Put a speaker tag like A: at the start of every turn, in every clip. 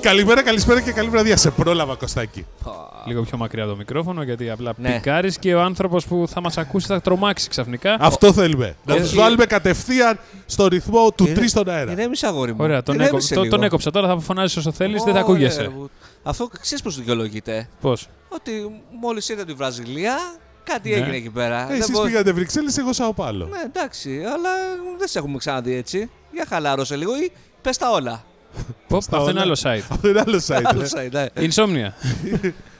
A: Καλημέρα, καλησπέρα και καλή βραδιά. Σε πρόλαβα, Κωστάκη.
B: Λίγο πιο μακριά το μικρόφωνο γιατί απλά
C: Ναι.
B: πικάρεις και ο άνθρωπος που θα μας ακούσει θα τρομάξει ξαφνικά.
A: Αυτό θέλουμε. Να
C: Όχι.
A: του βάλουμε κατευθείαν στο ρυθμό του
C: Ε,
A: 3 στον αέρα.
C: Ηρέμησε, αγόρι μου.
B: Ωραία, τον,
C: Ηρέμησε
B: έκο- το-
C: λίγο.
B: τον έκοψα. Τώρα θα φωνάζει όσο θέλει, δεν θα
C: Ωραία,
B: ακούγεσαι.
C: μου. Αυτό ξέρει πώ δικαιολογείται.
B: Πώ.
C: Ότι μόλι είδα τη Βραζιλία, κάτι
B: Ναι.
C: έγινε εκεί πέρα.
A: Ε, Εσεί
C: μπο-
A: πήγατε Βρυξέλλε, εγώ Σαοπάλο.
C: Ναι, εντάξει, αλλά δεν σε έχουμε ξαναδεί έτσι. Για χαλάρωσε λίγο ή πε τα όλα.
B: Αυτό είναι
A: όλα.
B: άλλο site.
A: Αυτό είναι άλλο site.
C: Άλλο
A: ε.
C: site, ναι.
B: Insomnia.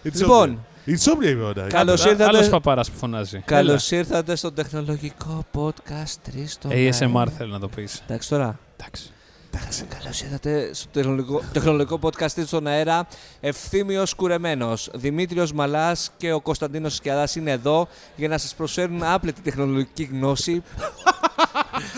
A: It's
C: Λοιπόν.
A: Omnia. It's Omnia είμαι Ε, ώρα.
C: Καλώς ήρθατε.
B: Άλλος παπάρα που φωνάζει.
C: Καλώς ήρθατε στο τεχνολογικό podcast 3 στο
B: Έλα. Ε, ASMR θέλω να το πεις.
C: Εντάξει τώρα.
B: Εντάξει.
C: Καλώς ήρθατε στο τεχνολογικό, τεχνολογικό podcast της στον αέρα. Ευθύμιος Κουρεμένος, Δημήτριος Μαλάς και ο Κωνσταντίνος Σκιαδάς είναι εδώ για να σας προσφέρουν άπλετη τεχνολογική γνώση.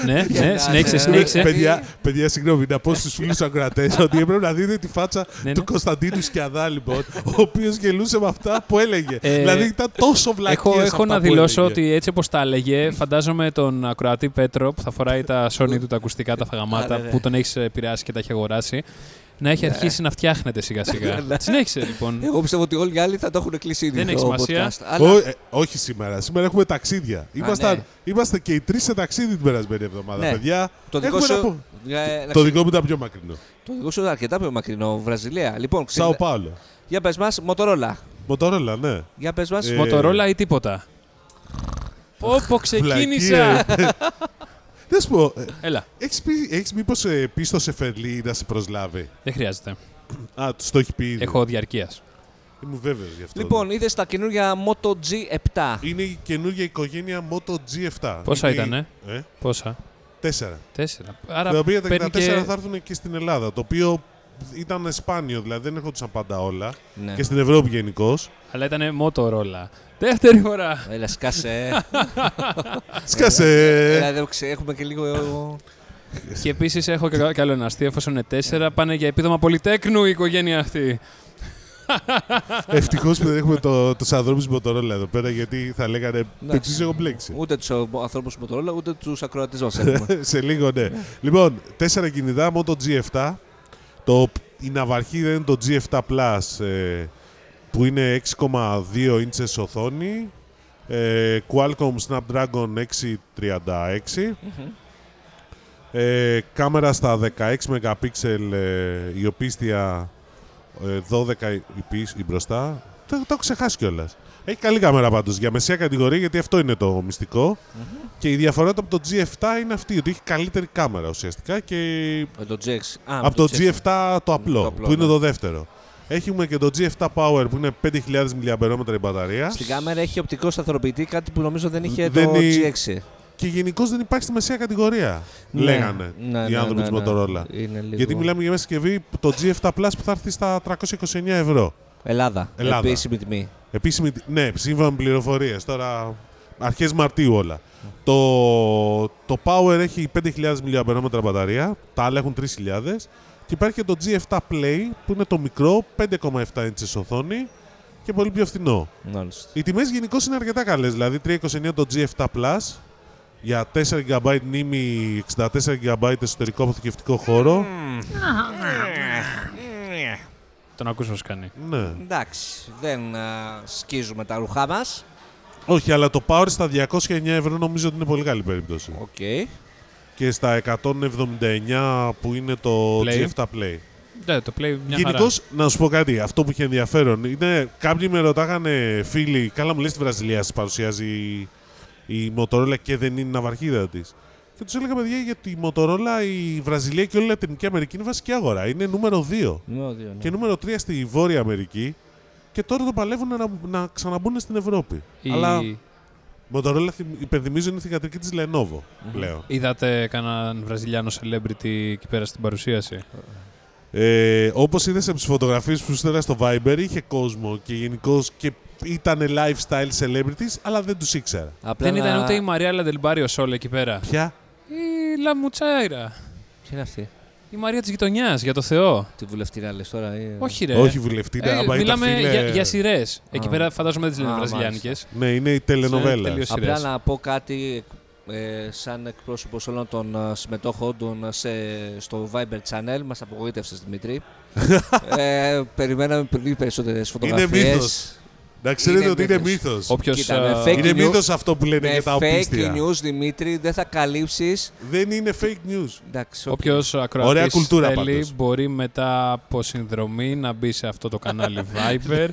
B: Ναι, ναι,
C: Ναι,
B: συνέχισε,
C: ναι.
B: συνέχισε.
C: Παι-
A: ε, Παιδιά, παιδιά, συγγνώμη, να πω στους φίλους ακροατές ότι έπρεπε να δείτε τη φάτσα
B: Ναι,
A: του
B: ναι.
A: Κωνσταντίνου Σκιαδά, λοιπόν, ο οποίος γελούσε με αυτά που έλεγε.
B: Ε,
A: δηλαδή ήταν τόσο βλακίες.
B: Έχω, έχω να δηλώσω ότι έτσι όπως τα έλεγε, φαντάζομαι τον ακροατή Πέτρο που θα φοράει τα Sony του τα ακουστικά, τα
C: Α, ναι,
B: φαγαμάτα
C: ναι.
B: που τον έχεις επηρεάσει και τα έχει αγοράσει, να έχει αρχίσει να φτιάχνεται σιγά σιγά.
C: Ναι.
B: Συνέχισε λοιπόν.
C: Εγώ πιστεύω ότι όλοι οι άλλοι θα το έχουν κλείσει ήδη.
B: Δεν
C: το
B: έχει σημασία.
C: podcast, αλλά-
A: ε, όχι σήμερα. Σήμερα έχουμε ταξίδια. Ήμασταν-
C: ναι.
A: Είμαστε και οι τρεις σε ταξίδι την περασμένη εβδομάδα,
C: Ναι.
A: παιδιά.
C: Το δικό
A: Έχουμε να
C: σου.
A: πω-
C: Ε,
A: Το
C: να ξε-
A: δικό μου ήταν πιο μακρινό.
C: Το δικό σου ήταν αρκετά πιο μακρινό, Βραζιλία. Λοιπόν, ξε-
A: Σαο Πάολο.
C: για πες μας, Μοτορόλα.
A: Μοτόρολα, ναι.
C: Για πες μας.
A: Ε,
B: Μοτορόλα ή τίποτα. Όπω ξεκίνησα.
A: Βλακίες. Δεν σου πω, ε,
B: Έλα,
A: έχεις, πει, έχεις μήπως ε, πεις στο Σεφερλί να σε προσλάβει.
B: δεν χρειάζεται.
A: Α, τους το έχει πει ήδη.
B: Έχω διαρκείας.
A: Είμαι βέβαιος γι' αυτό.
C: Λοιπόν, είδες τα καινούργια Moto G7.
A: Είναι η καινούργια οικογένεια Moto G7.
B: Πόσα
A: Είναι η-
B: ήτανε?
A: Ε,
B: Πόσα.
A: τέσσερα.
B: Τέσσερα.
A: τα
B: Άρα
A: οποία τα- τα
B: παίρνει
A: τέσσερα
B: και.
A: θα έρθουν και στην Ελλάδα. Το οποίο ήταν σπάνιο, δηλαδή δεν έρχονταν πάντα όλα.
C: Ναι.
A: Και στην Ευρώπη γενικώς.
B: Αλλά ήταν Motorola. Δεύτερη φορά.
C: Έλα,
A: Ε.
C: σκάσε.
A: Σκάσε!
C: Έλα, δεν ξε- έχουμε και λίγο.
B: και επίσης έχω και κα- καλό ένα αστείο, εφόσον είναι τέσσερα, πάνε για επίδομα πολυτέκνου η οικογένεια αυτή.
A: Ευτυχώς που δεν έχουμε το, τους ανθρώπους της Motorola εδώ πέρα, γιατί θα λέγανε
C: Εντάξει.
A: Πεξή, έχω μπλέξεις.
C: Ούτε τους ανθρώπου του Motorola, ούτε τους ακροατές μας έχουμε.
A: σε λίγο, ναι. λοιπόν, τέσσερα κινητά, Moto G7. Το, η ναυαρχίδα είναι το G7 Plus, ε, που είναι 6,2 ίντσες οθόνη. Ε, Qualcomm Snapdragon 636. Ε, κάμερα στα 16 MP ε, η οπίστια ε, 12 η, πίσω, η μπροστά. Το, το έχω ξεχάσει κιόλας. Έχει καλή κάμερα πάντως για μεσαία κατηγορία γιατί αυτό είναι το μυστικο Και η διαφορά του από το G7 είναι αυτή ότι έχει καλύτερη κάμερα ουσιαστικά και
C: Με Ε, το G6. Α, με
A: από το
C: G6.
A: G7 το απλό,
C: Το απλό,
A: που είναι
C: ναι.
A: το δεύτερο. Έχουμε και το G7 Power που είναι 5.000 mAh η μπαταρία.
C: Στην κάμερα έχει οπτικό σταθεροποιητή, κάτι που νομίζω δεν είχε
A: Δεν
C: το
A: είναι-
C: G6.
A: Και γενικώς δεν υπάρχει στη μεσαία κατηγορία,
C: Ναι.
A: λέγανε
C: Ναι,
A: οι
C: ναι,
A: άνθρωποι
C: ναι,
A: της
C: ναι.
A: Motorola.
C: Είναι λίγο-
A: Γιατί μιλάμε για μια συσκευή το G7 Plus που θα έρθει στα 329 ευρώ.
C: Ελλάδα.
A: Ελλάδα.
C: Επίσημη τιμή.
A: Επίσημη, ναι, σύμφωνα με πληροφορίες. Τώρα αρχές Μαρτίου όλα. Το, το Power έχει 5.000 mAh μπαταρία, τα άλλα έχουν 3.000. Και υπάρχει και το G7 Play που είναι το μικρό, 5,7 inches οθόνη και πολύ πιο φθηνό.
C: Μάλιστα.
A: Οι τιμές γενικώ είναι αρκετά καλές. Δηλαδή 329 το G7 Plus για 4 GB μνήμη, 64 GB εσωτερικό αποθηκευτικό χώρο.
B: Τον ακούσω σου κάνει.
A: Ναι.
C: Εντάξει, δεν α, σκίζουμε τα ρουχά μας.
A: Όχι, αλλά το Power στα 209 ευρώ νομίζω ότι είναι πολύ καλή περίπτωση.
C: Οκ.
A: και στα 179 που είναι το
B: Play.
A: G7 Play.
B: Ναι, το play μια
A: Γενικώς, να σου πω κάτι, αυτό που είχε ενδιαφέρον είναι κάποιοι με ρωτάγανε φίλοι, καλά μου λες τη Βραζιλία σας παρουσιάζει η, η Motorola και δεν είναι η ναυαρχίδα της. Και τους έλεγα, παιδιά, γιατί η Motorola, η Βραζιλία και όλη η Λατινική Αμερική είναι βασική αγορά. Είναι νούμερο 2
C: Νούμερο δύο, ναι.
A: και νούμερο 3 στη Βόρεια Αμερική. Και τώρα το παλεύουν να, να ξαναμπούν στην Ευρώπη.
B: χαρά.
A: Αλλά η
B: Ή-
A: Motorola, θυμ- υπενθυμίζω, είναι θηγατρική της Lenovo πλέον.
B: Είδατε κανέναν Βραζιλιάνο celebrity εκεί πέρα στην παρουσίαση.
A: Ε, Όπως είδες από τις φωτογραφίες που σου στέλνα στο Viber, είχε κόσμο και γενικώς και ήταν lifestyle celebrities, αλλά δεν τους ήξερα.
C: Απλά
B: Δεν
C: να-
B: ήταν ούτε η Μαρία Λαντελμπάριο Σόλ εκεί πέρα.
A: Ποια?
B: Η Λαμουτσάιρα.
C: Ποια είναι αυτή.
B: Η Μαρία της γειτονιάς, για το Θεό.
C: Τη βουλευτήρα λε τώρα. ή-
B: Όχι, ρε.
A: Όχι βουλευτή,
B: Ε,
A: ε, άμα ήταν
B: μιλάμε
A: φίλε...
B: για, για σειρές. Εκεί
C: Α.
B: πέρα φαντάζομαι δεν τις λένε
C: Α,
B: βραζιλιάνικες.
A: Ναι, είναι η τελενοβέλα.
B: Τελείως.
C: Απλά
B: σειρές.
C: να πω κάτι ε, σαν ε, εκπρόσωπο όλων των ε, συμμετόχων σε, στο Viber Channel. Μας απογοήτευσε Δημήτρη. ε, περιμέναμε πολύ περισσότερες
A: Είναι
C: φωτογραφίε.
A: μύθος. Να ξέρετε
C: Είναι
A: ότι είναι
C: μύθος.
A: μύθος.
B: Όποιος.
C: Κοίτα, με fake
A: Είναι
C: news.
A: μύθος αυτό που λένε
C: Με
A: για τα
C: Ναι, fake
A: οπίστια.
C: news, Δημήτρη, δεν θα καλύψεις.
A: Δεν είναι fake news.
C: Εντάξει, οκ.
B: Όποιος
A: Ωραία
B: ακροατής
A: κουλτούρα
B: θέλει
A: πάντως.
B: μπορεί μετά από συνδρομή να μπει σε αυτό το κανάλι Viber.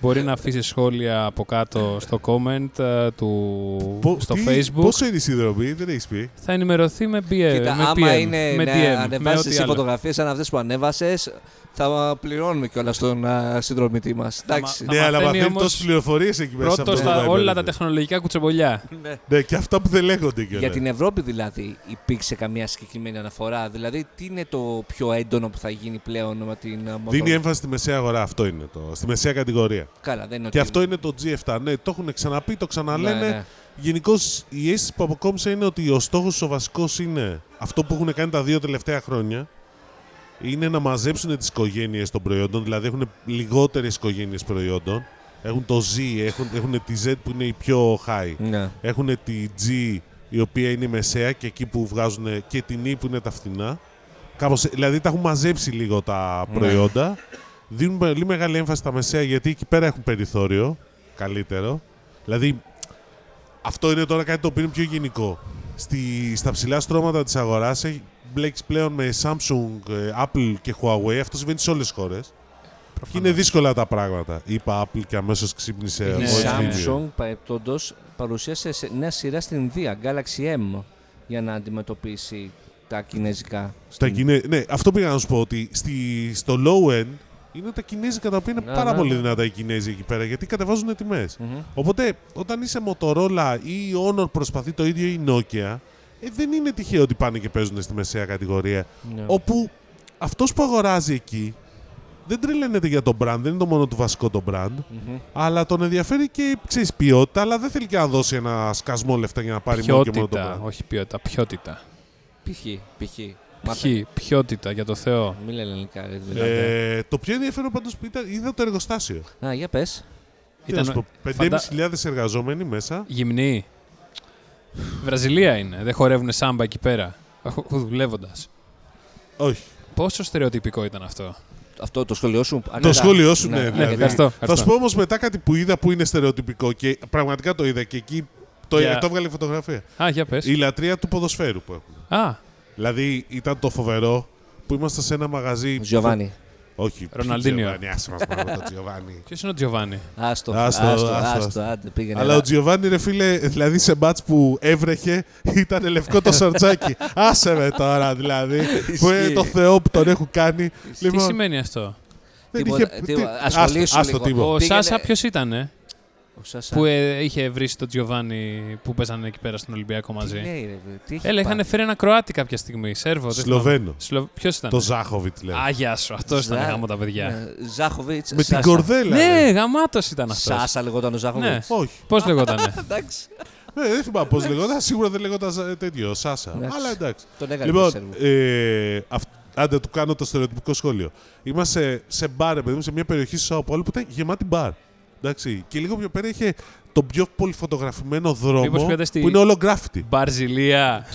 B: μπορεί να αφήσει σχόλια από κάτω στο comment ε, του
A: Πο-
B: στο
A: τι-
B: Facebook.
A: Πόσο είναι η συνδρομή, δεν έχεις πει.
B: Θα ενημερωθεί με, BM,
C: Κοίτα,
B: ε, με
C: άμα
B: PM,
C: είναι
B: με
C: να
B: DM, με
C: ανεβάσεις
B: ό,τι
C: εσύ
B: άλλο.
C: φωτογραφίες σαν αυτές που ανέβασες, θα πληρώνουμε κιόλας τον α, συνδρομητή μας. Εντάξει.
B: μα-
A: Ναι,
B: Θα
A: αλλά
B: μαθαίνει
A: μαθαίνει
B: όμως
A: τόσες πληροφορίες εκεί μέσα.
B: Πρώτος
A: από το
B: στα
A: Viber,
B: όλα τα
A: ρε.
B: τεχνολογικά κουτσομπολιά.
C: Ναι.
A: Ναι, και αυτά που δεν λέγονται κιόλας.
C: Για την Ευρώπη δηλαδή υπήρξε καμία συγκεκριμένη αναφορά. Δηλαδή, τι είναι το πιο έντονο που θα γίνει πλέον με την α, μοτόρ.
A: Δίνει έμφαση στη μεσαία αγορά, αυτό είναι το. Στη μεσαία κατηγορία.
C: Καλά, δεν είναι ότι-
A: Και αυτό είναι το G7. Ναι, το έχουν ξαναπεί, το
C: Ναι,
A: ξαναλένε.
C: ναι.
A: Γενικώς η αίσθηση που αποκόμισα είναι ότι ο στόχος ο βασικός είναι αυτό που έχουν κάνει τα δύο τελευταία χρόνια. Είναι να μαζέψουν τις οικογένειες των προϊόντων, δηλαδή έχουν λιγότερες οικογένειες προϊόντων. Έχουν το Z, έχουν, έχουν τη Z που είναι η πιο high.
C: Ναι.
A: Έχουν τη G η οποία είναι η μεσαία και εκεί που βγάζουν και την E που είναι τα φθηνά. Κάπως, δηλαδή τα έχουν μαζέψει λίγο τα
C: Ναι.
A: προϊόντα. Δίνουν πολύ μεγάλη έμφαση στα μεσαία γιατί εκεί πέρα έχουν περιθώριο καλύτερο. Δηλαδή αυτό είναι τώρα κάτι το οποίο είναι πιο γενικό. Στη, στα ψηλά στρώματα της αγοράς έχει μπλέξει πλέον με Samsung, ε, Apple και Huawei. Αυτό συμβαίνει σε όλες τις χώρες. Και είναι δύσκολα τα πράγματα. Είπα Apple και αμέσως ξύπνησε
B: Είναι
C: Η
A: voice
B: Samsung.
A: video.
C: Ναι. Samsung παρεπτόντω παρουσίασε σε νέα σειρά στην Ινδία, Galaxy M, για να αντιμετωπίσει τα κινέζικα.
A: Στα
C: στην-
A: Κινέ- Ναι, αυτό πήγα να σου πω ότι στη... στο low end είναι τα Κινέζικα τα οποία είναι
C: Να,
A: πάρα
C: να,
A: πολύ
C: ναι.
A: δυνατά οι Κινέζοι εκεί πέρα γιατί κατεβάζουν τιμές.
C: Μμμ.
A: Οπότε όταν είσαι Motorola ή η Honor προσπαθεί το ίδιο ή η Nokia, ε, δεν είναι τυχαίο ότι πάνε και παίζουν στη μεσαία κατηγορία.
C: Ναι.
A: Όπου αυτός που αγοράζει εκεί δεν τρελαίνεται για το brand, δεν είναι το μόνο του βασικό το brand,
C: Μμμ.
A: αλλά τον ενδιαφέρει και ξέρεις ποιότητα, αλλά δεν θέλει και να δώσει ένα σκασμό λεφτά για να πάρει μόνο και μόνο το
B: Ποιότητα,
A: brand.
B: όχι ποιότητα, ποιότητα.
C: Π.χ. Π.χ.
B: Π.χ.
C: Μάθε.
B: ποιότητα για το Θεό.
C: Μην λένε ελληνικά. ρε, δηλαδή.
A: Ε, το πιο ενδιαφέρον πάντως που ήταν, είδα το εργοστάσιο.
C: Να, για πες.
A: Ήταν
B: Ήταν
A: 5.500 εργαζόμενοι μέσα.
B: γυμνή. Βραζιλία είναι. Δεν χορεύουν σάμπα εκεί πέρα. Δουλεύοντας.
A: Όχι.
B: Πόσο στερεοτυπικό ήταν αυτό.
C: Αυτό το σχολείο σου.
A: Το
C: αρκετά.
A: σχόλιο σου, ναι.
B: ναι,
A: δηλαδή.
B: ευχαριστώ,
A: Θα σου
B: ευχαριστώ.
A: πω όμως μετά κάτι που είδα που είναι στερεοτυπικό και πραγματικά το είδα και εκεί το,
B: Για-
A: το έβγαλε η φωτογραφία.
B: Α, για πες.
A: Η λατρεία του ποδοσφαίρου που έχουν.
B: Α,
A: Δηλαδή ήταν το φοβερό που ήμασταν σε ένα μαγαζί.
C: Giovanni.
A: Όχι. ναι, ποιο
B: Ροναλντίνιο.
A: Giovanni, Άσε μας μάλλον το Giovanni.
B: ποιος είναι ο Τζιοβάνι.
C: Άστο,
A: Άστο,
C: άστο, άστο,
A: άστο, άστο.
C: άντε, πήγαινε.
A: Αλλά ο Τζιοβάνι, ρε φίλε, δηλαδή σε μπάτς που έβρεχε, ήταν λευκό το σορτσάκι. Άσε με τώρα, δηλαδή. που είναι
C: Ισχύει.
A: το Θεό που τον έχουν κάνει. Λοιπόν,
B: Τι σημαίνει αυτό.
A: δεν
C: Τίποτα,
A: είχε-
C: τίποτα.
A: τι- άστο,
C: Ασχολήσου
A: άστο,
C: λίγο.
A: τίποτα.
B: Ο
C: Πήγαινε-
B: Σάσα ποιος ήταν,
C: Ο Σάσα.
B: που ε, είχε βρει τον Τζιοβάνι που παίζανε εκεί πέρα στον Ολυμπιακό
C: Τι
B: μαζί.
C: λέει, ρε, βρε, τι έχει
B: Έλα,
C: πάει.
B: είχαν φέρει ένα Κροάτι κάποια στιγμή. Σέρβο. δεν θυμάμαι.
A: Σλοβαίνο.
C: Ναι.
B: Σλο... Ποιος ήταν.
A: Το Ζάχοβιτ λέει.
B: Άγια σου, αυτό ήταν
C: Ζα-
B: γάμο τα παιδιά.
C: Ναι, Ζάχοβιτς,
A: Με την
C: Σάσα.
A: κορδέλα. ρε.
B: Ναι, γαμάτος ήταν αυτός.
C: Σάσα λεγόταν ο Ζάχοβιτς.
A: Όχι.
B: Πώς λεγότανε.
C: Εντάξει.
A: Ε, δεν θυμάμαι πώς λεγόταν. Σίγουρα δεν λεγόταν ζα- τέτοιο. Σάσα.
C: Εντάξει.
A: Αλλά εντάξει.
C: Τον έκανε το
A: Λοιπόν,
C: σερβο.
A: ε, αυ- άντε του κάνω το στερεοτυπικό σχόλιο. Είμαστε σε μπαρ, ρε παιδί μου, σε μια περιοχή στο Σάο Πάολο που ήταν γεμάτη μπαρ. Εντάξει. Και λίγο πιο πέρα είχε τον πιο πολυφωτογραφημένο
B: Μήπως
A: δρόμο
B: πήγατε στη-
A: που είναι όλο γκράφιτι.
B: Μπαρζιλία.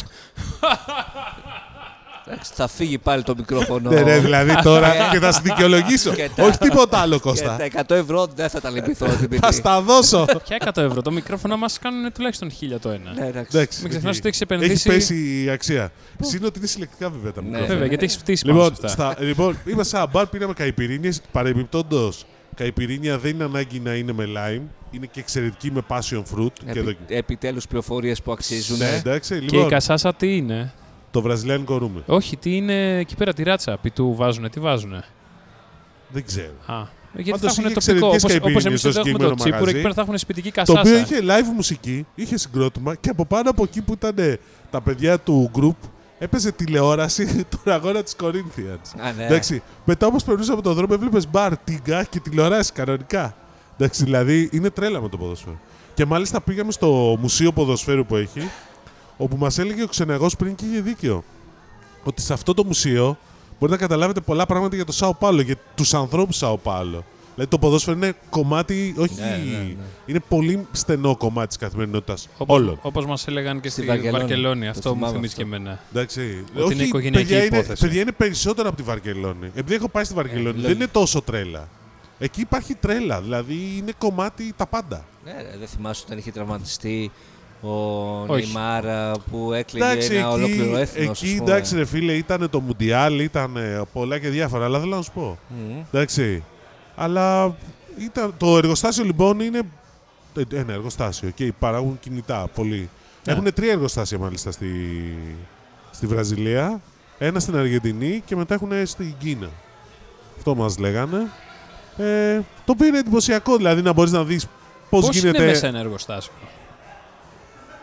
C: Εντάξει, Θα φύγει πάλι το μικρόφωνο.
A: Ναι, ρε, δηλαδή τώρα
C: Και-
A: και θα σε δικαιολογήσω.
C: και τα-
A: Όχι τίποτα άλλο,
C: Και
A: Κώστα.
C: τα 100 ευρώ δεν θα τα λυπηθώ. Δημήτρη.
A: Θα στα δώσω.
B: Ποια 100 ευρώ. Το μικρόφωνο μας κάνουν τουλάχιστον χίλια το ένα.
C: Ναι, εντάξει.
A: Εντάξει.
B: Μην ξεχνάς
A: εκεί.
B: ότι έχεις
A: Έχει
B: επενδύσει-
A: πέσει η αξία. Συν ότι είναι συλλεκτικά βέβαια τα
C: Ναι.
A: μικρόφωνα.
B: Ε, Βέβαια, γιατί έχεις φτύσει πάνω σε
A: Λοιπόν,
B: αυτά.
A: στα, λοιπόν, είμαστε σε ένα μπαρ, πήραμε καϊπυρίνιε. Παρεμπιπτόντω, καϊπυρίνια δεν είναι ανάγκη να είναι με lime. Είναι και εξαιρετική με passion fruit. Ναι, και
C: Επι,
A: δοκι-
C: Επιτέλους πληροφορίες που αξίζουν.
A: Ναι, εντάξει.
B: Και η
A: Λοιπόν,
B: κασάσα τι είναι.
A: το βραζιλιάνικο ρούμι.
B: Όχι, τι είναι εκεί πέρα τη ράτσα. Πιτού βάζουνε, τι βάζουνε.
A: Δεν ξέρω.
B: Α, γιατί
A: Πάντως
B: θα
A: είχε
B: έχουν τοπικό.
A: εξαιρετικές
B: Όπως
A: καϊπίνες
B: εμείς
A: στο
B: εδώ έχουμε το
A: συγκεκριμένο
B: τσίπουρο, εκεί
A: μαγαζί.
B: πέρα θα έχουν σπιτική
A: Το
B: κασάσα.
A: οποίο είχε live μουσική, είχε συγκρότημα και από πάνω από εκεί που ήταν ε, τα παιδιά του group έπαιζε τηλεόραση τον αγώνα της Corinthians.
C: Α, ναι.
A: Εντάξει, μετά όμω περνούσαμε τον δρόμο, έβλεπες μπαρ, τίγκα και τηλεοράσει κανονικά. Εντάξει, δηλαδή είναι τρέλα με το ποδοσφαίρο. Και μάλιστα πήγαμε στο μουσείο ποδοσφαίρου που έχει, όπου μας έλεγε ο ξεναγός πριν και είχε δίκιο. Ότι σε αυτό το μουσείο μπορείτε να καταλάβετε πολλά πράγματα για το Σάο Πάολο, για τους ανθρώπους Σάο Πάολο. Δηλαδή το ποδόσφαιρο είναι κομμάτι, όχι.
B: Ναι, ναι, ναι.
A: Είναι πολύ στενό κομμάτι της καθημερινότητας
B: Όπως,
A: όλων.
B: όπως μας έλεγαν και στη,
C: Στη
B: Βαρκελόνη.
C: Βαρκελόνη. Το
B: Αυτό μου
C: θυμάμαι
B: θυμίζει και
C: αυτό.
B: εμένα.
A: Εντάξει.
B: Ότι είναι οικογενειακή
A: παιδιά είναι,
B: υπόθεση.
A: παιδιά είναι περισσότερο από τη Βαρκελόνη. Επειδή έχω πάει στη Βαρκελόνη, δεν
B: δηλαδή.
A: είναι τόσο τρέλα. Εκεί υπάρχει τρέλα, δηλαδή είναι κομμάτι τα πάντα.
C: Ναι, ρε, δεν θυμάσαι όταν είχε τραυματιστεί ο
B: Όχι.
C: Νεϊμάρ α, που έκλειγε
A: Εντάξει,
C: ένα
A: εκεί,
C: ολόκληρο έθνος.
A: εκεί εντάξει, ρε φίλε, ήταν το Μουντιάλ, ήταν ε, πολλά και διάφορα, αλλά θέλω να σου πω. Εντάξει. Αλλά ήταν, το εργοστάσιο λοιπόν είναι. ε, Ένα εργοστάσιο. Και παράγουν κινητά πολύ.
B: Ναι.
A: Έχουν τρία εργοστάσια μάλιστα στη, στη Βραζιλία. Ένα στην Αργεντινή και μετά έχουν στην Κίνα. Αυτό μας λέγανε. Ε, το οποίο είναι εντυπωσιακό δηλαδή να μπορείς να δεις πώς
B: Πώς
A: γίνεται.
B: είναι μέσα ένα εργοστάσιο.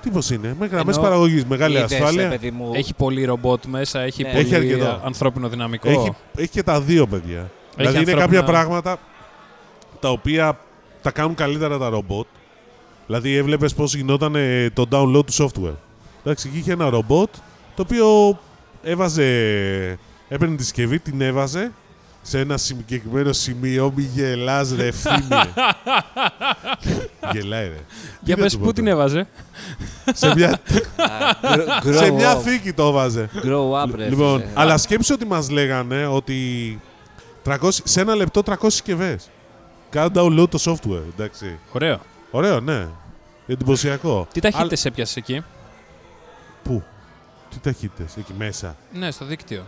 A: Τι πώς είναι, με γραμμές
B: Εννοώ,
A: παραγωγής, μεγάλη
C: Είδες,
A: ασφάλεια.
C: ρε, παιδί μου,
B: Έχει πολύ ρομπότ μέσα, έχει
C: Ναι.
B: πολύ
A: Έχει αρκετό.
B: ανθρώπινο δυναμικό.
A: Έχει, έχει και τα δύο παιδιά. δηλαδή είναι
B: ανθρώπινα-
A: κάποια πράγματα τα οποία τα κάνουν καλύτερα τα ρομπότ. Δηλαδή έβλεπες πώς γινόταν ε, το download του software. Εντάξει, εκεί είχε ένα ρομπότ το οποίο έβαζε. Έπαιρνε τη συσκευή, την έβαζε σε ένα συγκεκριμένο σημείο. Μη γελάς ρε ευθύμη. Γελάει ρε.
B: Για
A: Τι να
B: πες
A: του
B: πού
A: πω
B: την
A: τώρα.
B: έβαζε.
A: Σε μια,
C: α, grow- grow
A: σε μια
C: up,
A: θήκη το έβαζε.
C: Grow up, ρε.
A: Λοιπόν,
B: ε,
C: φίλε.
A: αλλά σκέψου ότι μας λέγανε ότι 300, σε ένα λεπτό 300 συσκευέ. Κάνε download το software, εντάξει.
B: Ωραίο.
A: Ωραίο, ναι. Εντυπωσιακό.
B: Τι ταχύτητες έπιασες εκεί.
A: Πού, τι ταχύτητες, εκεί μέσα.
B: Ναι, στο δίκτυο.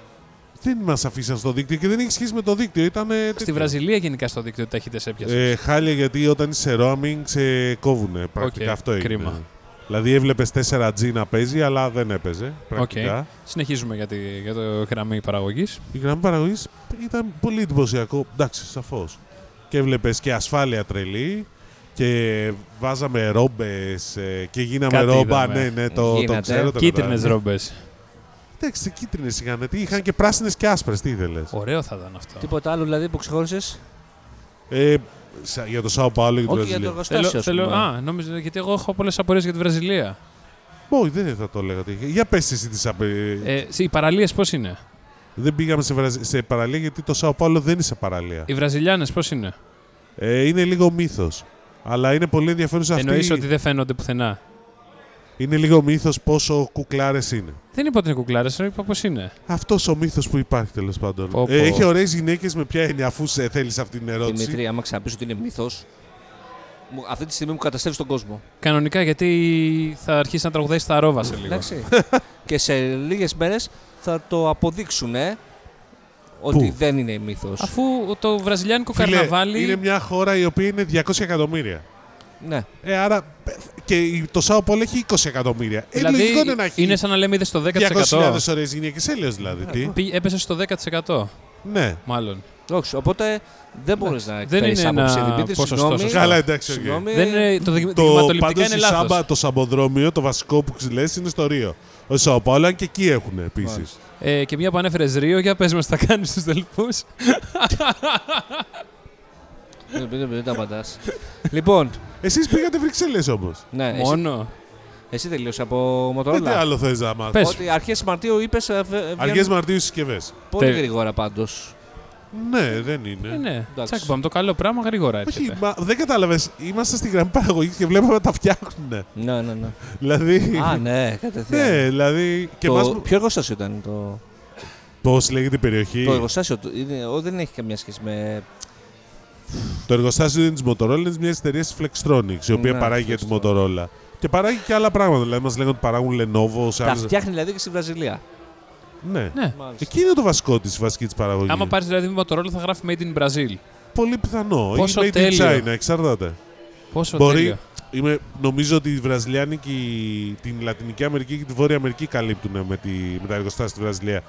A: Δεν μας αφήσαν στο δίκτυο και δεν έχει σχέση με το δίκτυο. Ήταν.
B: Στη Βραζιλία γενικά στο δίκτυο τι ταχύτητες έπιασες.
A: Ε, χάλια γιατί όταν είσαι roaming σε κόβουνε πρακτικά
B: Οκ,
A: αυτό έγινε.
B: κρίμα.
A: Δηλαδή έβλεπες 4G να παίζει, αλλά δεν έπαιζε πρακτικά.
B: Συνεχίζουμε για, τη, για το γραμμή παραγωγής.
A: Η γραμμή παραγωγής ήταν πολύ εντυπωσιακό. Εντάξει, σαφώς. Και έβλεπες και ασφάλεια τρελή. Και βάζαμε ρόμπες και γίναμε
B: Κάτι
A: ρόμπα.
B: είδαμε.
A: Ναι, ναι, το, το
C: Γίνατε.
A: ξέρω. Το
B: Κίτρινες
A: κατάλαβα.
B: ρόμπες.
A: Εντάξει, κίτρινες είχαν. Τι είχαν και πράσινες και άσπρες. Τι ήθελες.
B: Ωραίο θα ήταν αυτό.
C: Τίποτα άλλο δηλαδή που ξεχώρισες.
A: Ε, σα- για το Σάο Πάολο και την
C: Όχι για
A: Βραζιλία.
C: το
B: Θέλω,
C: εργοστάσιο. ας
B: θέλω,
C: πούμε.
B: α, νόμιζα, γιατί εγώ έχω πολλές απορίες για τη Βραζιλία.
A: Όχι, δεν θα το λέγατε. Για πες εσύ τις απε...
B: Ε, σε- οι παραλίες πώς είναι.
A: Δεν πήγαμε σε, Βραζι- σε παραλία γιατί το Σάο Πάολο δεν είναι σε παραλία.
B: Οι Βραζιλιάνες πώς είναι.
A: Ε, είναι λίγο μύθος. Αλλά είναι πολύ ενδιαφέρουσα αυτή.
B: Εννοείς ότι δεν φαίνονται πουθενά.
A: Είναι λίγο μύθος πόσο κουκλάρες είναι.
B: Δεν είπα ότι είναι κουκλάρες, είπα πώς είναι.
A: Αυτός ο μύθος που υπάρχει τέλος πάντων.
B: Πω, πω.
A: Ε, έχει ωραίες γυναίκες με ποια έννοια, αφού σε θέλεις αυτή την ερώτηση.
C: Δημήτρη, άμα ξαναπείς ότι είναι μύθος, μου- αυτή τη στιγμή μου καταστρέφεις τον κόσμο.
B: Κανονικά γιατί θα αρχίσει να τραγουδάει στα ρόβα σε λίγο.
C: Εντάξει. και σε λίγες μέρες θα το αποδείξουν ε, ότι
A: Πού?
C: δεν είναι μύθος.
B: Αφού το βραζιλιάνικο
A: Φίλε,
B: καρναβάλι.
A: Είναι μια χώρα η οποία είναι 200 εκατομμύρια.
C: Ναι.
A: Ε, άρα ε, και η- το Σάο Πόλο έχει 20 εκατομμύρια. ε,
B: δηλαδή,
A: λογικό είναι να έχει
B: είναι Ε, σαν να λέμε είδες στο
A: 200.000
B: 10%.
A: ωραίες γυναίκες. Έλεω δηλαδή. Τι.
B: Πή- Έπεσε στο 10%.
A: ναι.
B: Μάλλον.
C: Όχι, οπότε δεν μπορείς να
B: δεν
C: εκφέρεις
B: είναι ένα
C: άποψη, Δημήτρη.
B: ποσοστό,
C: Συγγνώμη.
B: σωστά.
A: Καλά, εντάξει, οκ.
C: Συγγνώμη.
B: Δεν είναι, ε, το δειγμα-
A: Ε, Το
B: δειγματοληπτικά
A: πάντως
B: είναι
A: η
B: λάθο.
A: Σάμπα, το σαμποδρόμιο, το βασικό που ξυλές είναι στο Ρίο. Ο Σάο Πάολο, αν και εκεί έχουν επίσης.
C: Μάλιστα.
B: Ε, και μια που ανέφερες Ρίο, για πες μας, θα κάνεις τους τελικού.
C: Ε, Δεν- δεν- Δεν τα απαντάς. λοιπόν,
A: Εσείς πήγατε Βρυξέλλες όμως.
C: ναι, εσύ-
B: Μόνο.
C: εσύ, τελείωσες από
A: Τι
C: Μοτορόλα.
A: άλλο θες να μάθεις.
B: Πες.
C: Ότι αρχές Μαρτίου είπες ε, βε- ε,
A: Αργέ
C: βγαίνουν
A: Μαρτίου συσκευές.
C: πολύ
B: Τε-
C: γρήγορα πάντως.
A: Ναι, δεν είναι.
B: Ε, ναι.
C: εντάξει.
B: Τσακ, πάμε το καλό πράγμα γρήγορα
A: Όχι,
B: έρχεται.
A: μα δεν κατάλαβες. Είμαστε στην γραμμή παραγωγής και βλέπαμε να τα φτιάχνουν.
C: Ναι, ναι, ναι.
A: Δηλαδή.
C: Α, ναι, κατευθείαν.
A: ναι, δηλαδή. Και
C: το...
A: μας...
C: Ποιο εργοστάσιο ήταν το,
A: Πώς λέγεται η περιοχή.
C: το εργοστάσιο, του, είναι, ο, δεν έχει καμία σχέση με.
A: Το εργοστάσιο είναι της Motorola, είναι μιας εταιρείας τη Flextronics, η οποία
C: Ναι,
A: παράγει για τη
C: Flextronics.
A: Motorola. Και παράγει και άλλα πράγματα. Δηλαδή, μας λένε ότι παράγουν Lenovo, σε
C: Τα
A: άλλες...
C: φτιάχνει δηλαδή και στη Βραζιλία.
A: Ναι.
B: Ναι.
C: Μάλιστα.
A: Εκεί είναι το βασικό της βασική της παραγωγή.
B: Άμα πάρεις δηλαδή με το ρόλο, θα γράφει Made in Brazil.
A: Πολύ πιθανό.
B: Πόσο
A: Ή made in
B: τέλειο.
A: China, εξαρτάται.
B: Πόσο
A: Μπορεί.
B: τέλειο.
A: Είμαι, νομίζω ότι οι Βραζιλιάνικοι, την Λατινική Αμερική και τη Βόρεια Αμερική καλύπτουν με, τη, με τα εργοστάσια στη Βραζιλία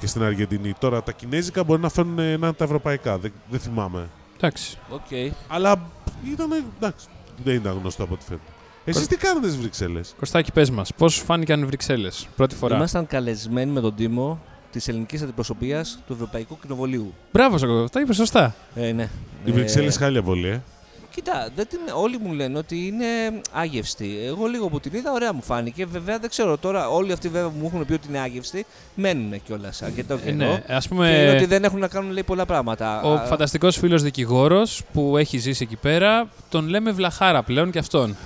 A: και στην Αργεντινή. Τώρα τα Κινέζικα μπορεί να φέρουν ένα τα ευρωπαϊκά, δεν, δεν θυμάμαι.
B: Εντάξει.
C: Οκ.
A: Αλλά ήταν. εντάξει, δεν ήταν γνωστό από ό,τι φαίνεται. Εσείς τι κάνετε στις Βρυξέλλες.
B: Κωστάκι, πες μας, πώς σου φάνηκαν οι Βρυξέλλες πρώτη φορά.
C: Ήμασταν καλεσμένοι με τον Τίμο της ελληνικής αντιπροσωπείας του Ευρωπαϊκού Κοινοβουλίου.
B: Μπράβο, Σακο, τα είπες σωστά.
C: Ε, ναι.
A: Οι
C: Ε,
A: Βρυξέλλε χάλια πολύ, ε.
C: Κοίτα, δεν την, όλοι μου λένε ότι είναι άγευστη. Εγώ λίγο που την είδα, ωραία μου φάνηκε. Βέβαια δεν ξέρω τώρα, όλοι αυτοί βέβαια που μου έχουν πει ότι είναι άγευστη, μένουν κιόλα αρκετό
B: Ε,
C: καιρό.
B: ναι, ας
C: Και είναι
B: πούμε,
C: ότι δεν έχουν να κάνουν λέει, πολλά πράγματα.
B: ο
C: Α,
B: φανταστικός φίλος δικηγόρος που έχει ζήσει εκεί πέρα, τον λέμε Βλαχάρα πλέον και αυτόν.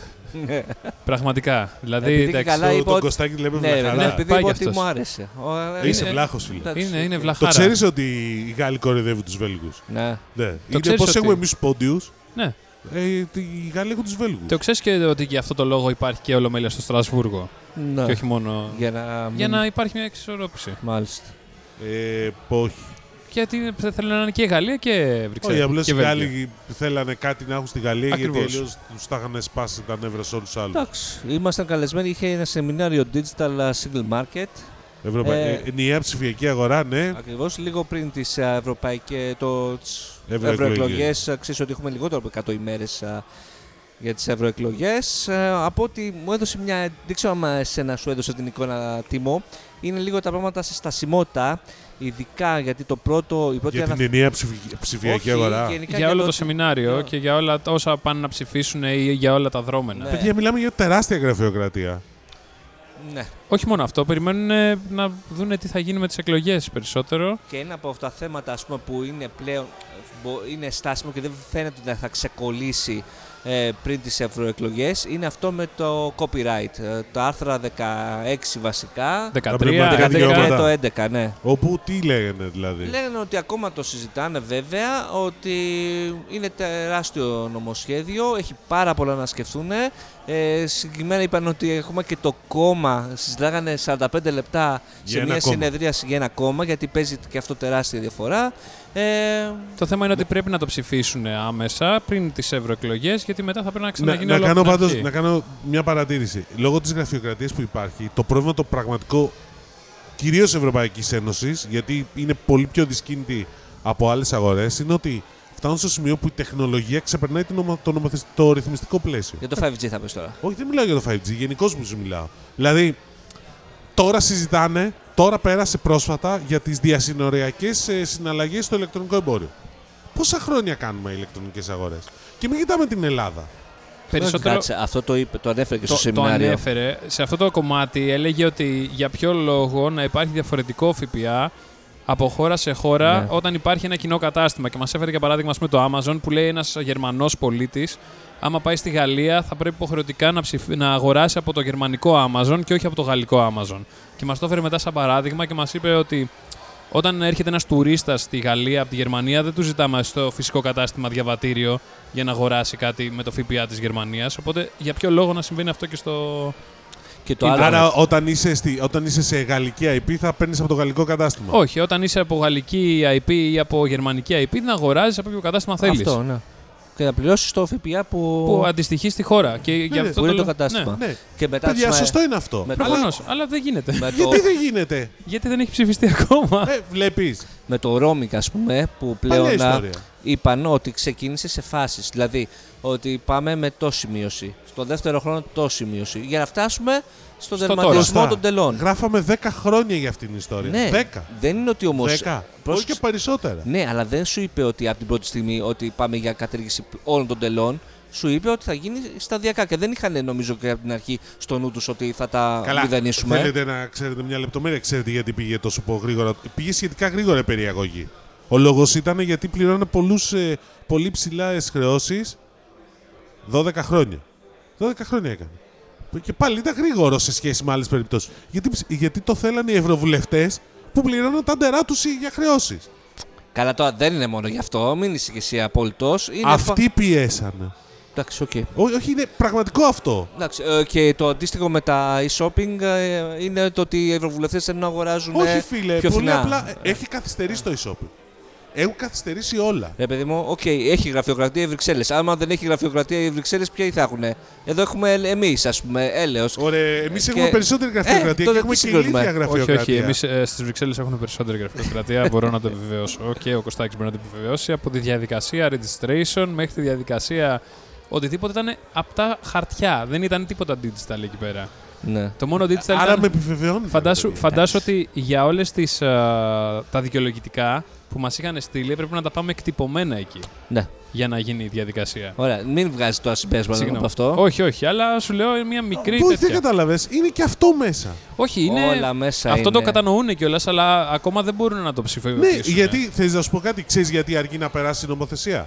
C: ναι.
B: Πραγματικά. Δηλαδή,
C: Επειδή και
B: εντάξει,
C: καλά
A: Το,
C: είπα
A: τον
C: ότι-
A: Κωστάκη λέμε
C: Ναι, ρε,
A: βλαχαρά.
C: ναι,
B: Ναι,
C: επειδή
B: πάει
C: είπα
B: κι
C: ότι
B: αυτός.
C: μου άρεσε. Ο, ε,
A: Είσαι
C: είναι-
A: βλάχος, φίλε.
C: εντάξει, Ε,
B: είναι, είναι
A: Το
C: οκ.
B: βλαχάρα.
A: ξέρεις ότι οι Γάλλοι κοροϊδεύουν τους Βέλγους.
C: Ναι.
A: Ναι. Είναι
B: ξέρεις
A: πώς
B: ότι-
A: έχουμε εμείς πόντιους.
B: Ναι.
A: Ε, τι- οι Γάλλοι έχουν τους Βέλγους.
B: Το ξέρεις και ότι για αυτό το λόγο υπάρχει και ολομέλεια στο Στρασβούργο.
C: Ναι.
B: Και όχι μόνο.
C: Για να.
B: Για να υπάρχει μια εξισορρόπηση.
C: Μάλιστα.
A: Ε, όχι.
B: Γιατί θα θέλουν να είναι και Γαλλία και Βρυξέλλες.
A: Όχι, απλώς
B: και
A: οι
B: Βέλγιο.
A: Γάλλοι θέλανε κάτι να έχουν στη Γαλλία
B: Ακριβώς.
A: γιατί αλλιώς τους τα είχαν σπάσει τα νεύρα σε όλους τους άλλους.
C: Εντάξει, ήμασταν καλεσμένοι. Είχε ένα σεμινάριο digital single market. Ε,
A: Ενιαία ψηφιακή αγορά, ναι.
C: Ακριβώς λίγο πριν τις ευρωπαϊκέ το, τις
A: Ευρωεκλογές.
C: ευρωεκλογές. Α, Ξέρεις ότι έχουμε λιγότερο από 100 ημέρε για τις ευρωεκλογές. Από ότι μου έδωσε μια. Δεν ξέρω αν εσένα σου έδωσε την εικόνα τιμό. Είναι λίγο τα πράγματα σε στασιμότητα. Ειδικά γιατί το πρώτο. Η πρώτη
A: Για την
C: αναφορά-
A: ενιαία ψηφι- ψηφιακή
C: Όχι,
A: αγορά.
C: γενικά
B: Για όλο το
C: ότι-
B: σεμινάριο
C: Ναι.
B: και για όλα τα όσα πάνε να ψηφίσουν ή για όλα τα δρόμενα.
C: Ναι.
A: Παιδιά, μιλάμε για τεράστια γραφειοκρατία.
C: Ναι.
B: Όχι μόνο αυτό, περιμένουν ε, να δουν τι θα γίνει με τις εκλογές περισσότερο.
C: Και ένα από αυτά τα θέματα ας πούμε, που είναι πλέον ε, μπο- είναι στάσιμο και δεν φαίνεται ότι θα ξεκολλήσει ε, πριν τις ευρωεκλογές είναι αυτό με το copyright. Ε, τα άρθρα 16 βασικά
B: 13,
A: πνευματικά
B: 11,
A: δικαιώματα.
C: και το 11, ναι.
A: Όπου τι λέγανε δηλαδή.
C: Λένε ότι ακόμα το συζητάνε βέβαια, ότι είναι τεράστιο νομοσχέδιο, έχει πάρα πολλά να σκεφτούν. Ε, συγκεκριμένα είπαν ότι ακόμα και το κόμμα συζητάγανε 45 λεπτά
A: Για
C: σε
A: ένα
C: μια
A: κόμμα.
C: συνεδρίαση για ένα κόμμα, γιατί παίζει και αυτό τεράστια διαφορά. Ε,
B: Το θέμα είναι ότι πρέπει να το ψηφίσουν άμεσα πριν τις ευρωεκλογές, γιατί μετά θα πρέπει να
A: Να,
B: ξαναγίνει
A: να,
B: όλο από
A: κάνω
B: την
A: πάντως,
B: αρχή.
A: να κάνω μια παρατήρηση. Λόγω της γραφειοκρατίας που υπάρχει, το πρόβλημα το πραγματικό κυρίως Ευρωπαϊκής Ένωσης, γιατί είναι πολύ πιο δυσκίνητη από άλλες αγορές, είναι ότι φτάνουν στο σημείο που η τεχνολογία ξεπερνάει το, νομο, το, νομοθεσ- το ρυθμιστικό πλαίσιο.
C: για το 5G θα πεις τώρα.
A: Όχι, δεν μιλάω για το 5G, γενικώς μου σου μιλάω. Δηλαδή, τώρα συζητάνε, τώρα πέρασε πρόσφατα για τις διασυνοριακές ε, συναλλαγές στο ηλεκτρονικό εμπόριο. Πόσα χρόνια κάνουμε ηλεκτρονικές αγορές. Και μην κοιτάμε την Ελλάδα.
B: Περισσότερο,
C: Κάτσε, αυτό το, είπε, το ανέφερε και στο
B: το, το
C: σεμινάριο.
B: ανέφερε. Σε αυτό το κομμάτι έλεγε ότι για ποιο λόγο να υπάρχει διαφορετικό ΦΠΑ από χώρα σε χώρα
C: Ναι.
B: όταν υπάρχει ένα κοινό κατάστημα. Και μας έφερε για παράδειγμα ας πούμε, το Amazon που λέει ένας Γερμανός πολίτης, άμα πάει στη Γαλλία, θα πρέπει υποχρεωτικά να, ψηφι- να αγοράσει από το γερμανικό Amazon και όχι από το γαλλικό Amazon. Και μας το έφερε μετά σαν παράδειγμα και μας είπε ότι όταν έρχεται ένας τουρίστας στη Γαλλία από τη Γερμανία, δεν του ζητάμε στο φυσικό κατάστημα διαβατήριο για να αγοράσει κάτι με το ΦΠΑ της Γερμανίας. Οπότε για ποιο λόγο να συμβαίνει αυτό και στο.
C: Και το
B: Κοίτα,
C: άλλο.
A: Άρα όταν είσαι, στη, όταν είσαι σε γαλλική IP θα παίρνεις από το γαλλικό κατάστημα.
B: Όχι, όταν είσαι από γαλλική IP ή από γερμανική IP, την αγοράζεις από όποιο κατάστημα θέλεις.
C: Αυτό, ναι. Και να πληρώσεις το ΦΠΑ που,
B: Που αντιστοιχεί στη χώρα. Και για
A: ναι,
B: αυτό
C: που είναι το
B: λέ-
C: κατάστημα.
B: Ναι,
A: Ναι,
C: και μετά
A: παιδιά,
C: ας πούμε,
A: σωστό είναι αυτό.
C: με το-
A: Αλλά
B: Προφανώς, αλλά δεν γίνεται.
C: με το,
A: γιατί δεν γίνεται.
B: Γιατί δεν έχει ψηφιστεί ακόμα.
A: Ε, Βλέπεις.
C: με το Roaming, ας πούμε, που
A: Παλιά
C: πλέον α,
A: ιστορία.
C: είπαν ότι ξεκίνησε σε φάσεις. Δηλαδή, ότι πάμε με τόση μείωση. Στο δεύτερο χρόνο τόση μείωση. Για να φτάσουμε στον
B: Στο
C: τερματισμό
A: τώρα.
C: των τελών.
A: Γράφαμε 10 χρόνια για αυτήν την ιστορία.
C: Ναι,
A: 10.
C: δεν είναι ότι
A: 10.
C: όμως...
A: Όχι
C: πρόσεξε.
A: και περισσότερα.
C: Ναι, αλλά δεν σου είπε ότι από την πρώτη στιγμή ότι πάμε για κατήργηση όλων των τελών. Σου είπε ότι θα γίνει σταδιακά και δεν είχαν νομίζω και από την αρχή στο νου τους ότι θα τα μηδενίσουμε.
A: Θέλετε να ξέρετε μια λεπτομέρεια, ξέρετε γιατί πήγε τόσο πο- γρήγορα. Πήγε σχετικά γρήγορα η περιαγωγή. Ο λόγος ήταν γιατί πληρώνε πολλούς, ε, πολύ ψηλά χρεώσει 12 χρόνια. 12 χρόνια έκανε. Και πάλι ήταν γρήγορο σε σχέση με άλλες περιπτώσεις. Γιατί, ψ- γιατί το θέλανε οι ευρωβουλευτές που πληρώναν τα ντερά τους για χρεώσεις.
C: Καλά, τώρα δεν είναι μόνο γι' αυτό. Μην είσαι και εσύ απόλυτος.
A: Αυτοί πιέσανε.
C: Εντάξει, οκ.
A: Ό, όχι, είναι πραγματικό αυτό.
C: Εντάξει, ε, και το αντίστοιχο με τα e-shopping ε, είναι το ότι οι ευρωβουλευτές θέλουν να αγοράζουν.
A: όχι,
C: ε,
A: φίλε,
C: πιο
A: πολύ
C: φθηνά.
A: απλά ε, έχει καθυστερήσει το e-shopping. Έχουν καθυστερήσει όλα.
C: Ρε Ε, παιδί μου, οκ, έχει γραφειοκρατία οι Βρυξέλλες. Άμα δεν έχει γραφειοκρατία οι Βρυξέλλες, ποιοι θα έχουν. Εδώ έχουμε εμείς, ας πούμε, έλεος.
A: Ωραία, εμείς
B: Ε,
C: Και-
A: έχουμε περισσότερη γραφειοκρατία
C: τότε
A: και
C: τι
A: έχουμε και
C: συγκρίνουμε.
A: ηλίθια
B: Όχι,
A: γραφειοκρατία.
B: όχι. Εμείς ε, στις Βρυξέλλες έχουμε περισσότερη γραφειοκρατία. μπορώ να το επιβεβαιώσω. Και ο Κωστάκης μπορεί να το επιβεβαιώσει. Από τη διαδικασία registration μέχρι τη διαδικασία οτιδήποτε ήταν από τα χαρτιά. Δεν ήταν τίποτα digital εκεί πέρα.
C: Ναι.
B: Το μόνο digital
A: Ε, Άρα
B: ήταν.
A: με επιβεβαιώνεις. Ε,
B: Φαντάσου, φαντάσου ότι για όλες τα δικαιολογητικά που μας είχαν στείλει έπρεπε να τα πάμε εκτυπωμένα εκεί
C: ναι.
B: για να γίνει η διαδικασία.
C: Ωραία. Μην βγάζεις το συμπέρασμα
B: Συγγνώμη.
C: από αυτό.
B: Όχι, όχι, αλλά σου λέω είναι μια μικρή
A: Πού δεν
B: τέτοια.
A: καταλαβες, είναι και αυτό μέσα.
B: Όχι, είναι.
C: Όλα μέσα
B: αυτό το
C: είναι.
B: κατανοούν κιόλας, αλλά ακόμα δεν μπορούν να το
A: Ναι,
B: ψηφιοποιήσουν.
A: γιατί θες να σου πω κάτι, ξέρεις γιατί αρκεί να περάσει η νομοθεσία.
B: Ναι.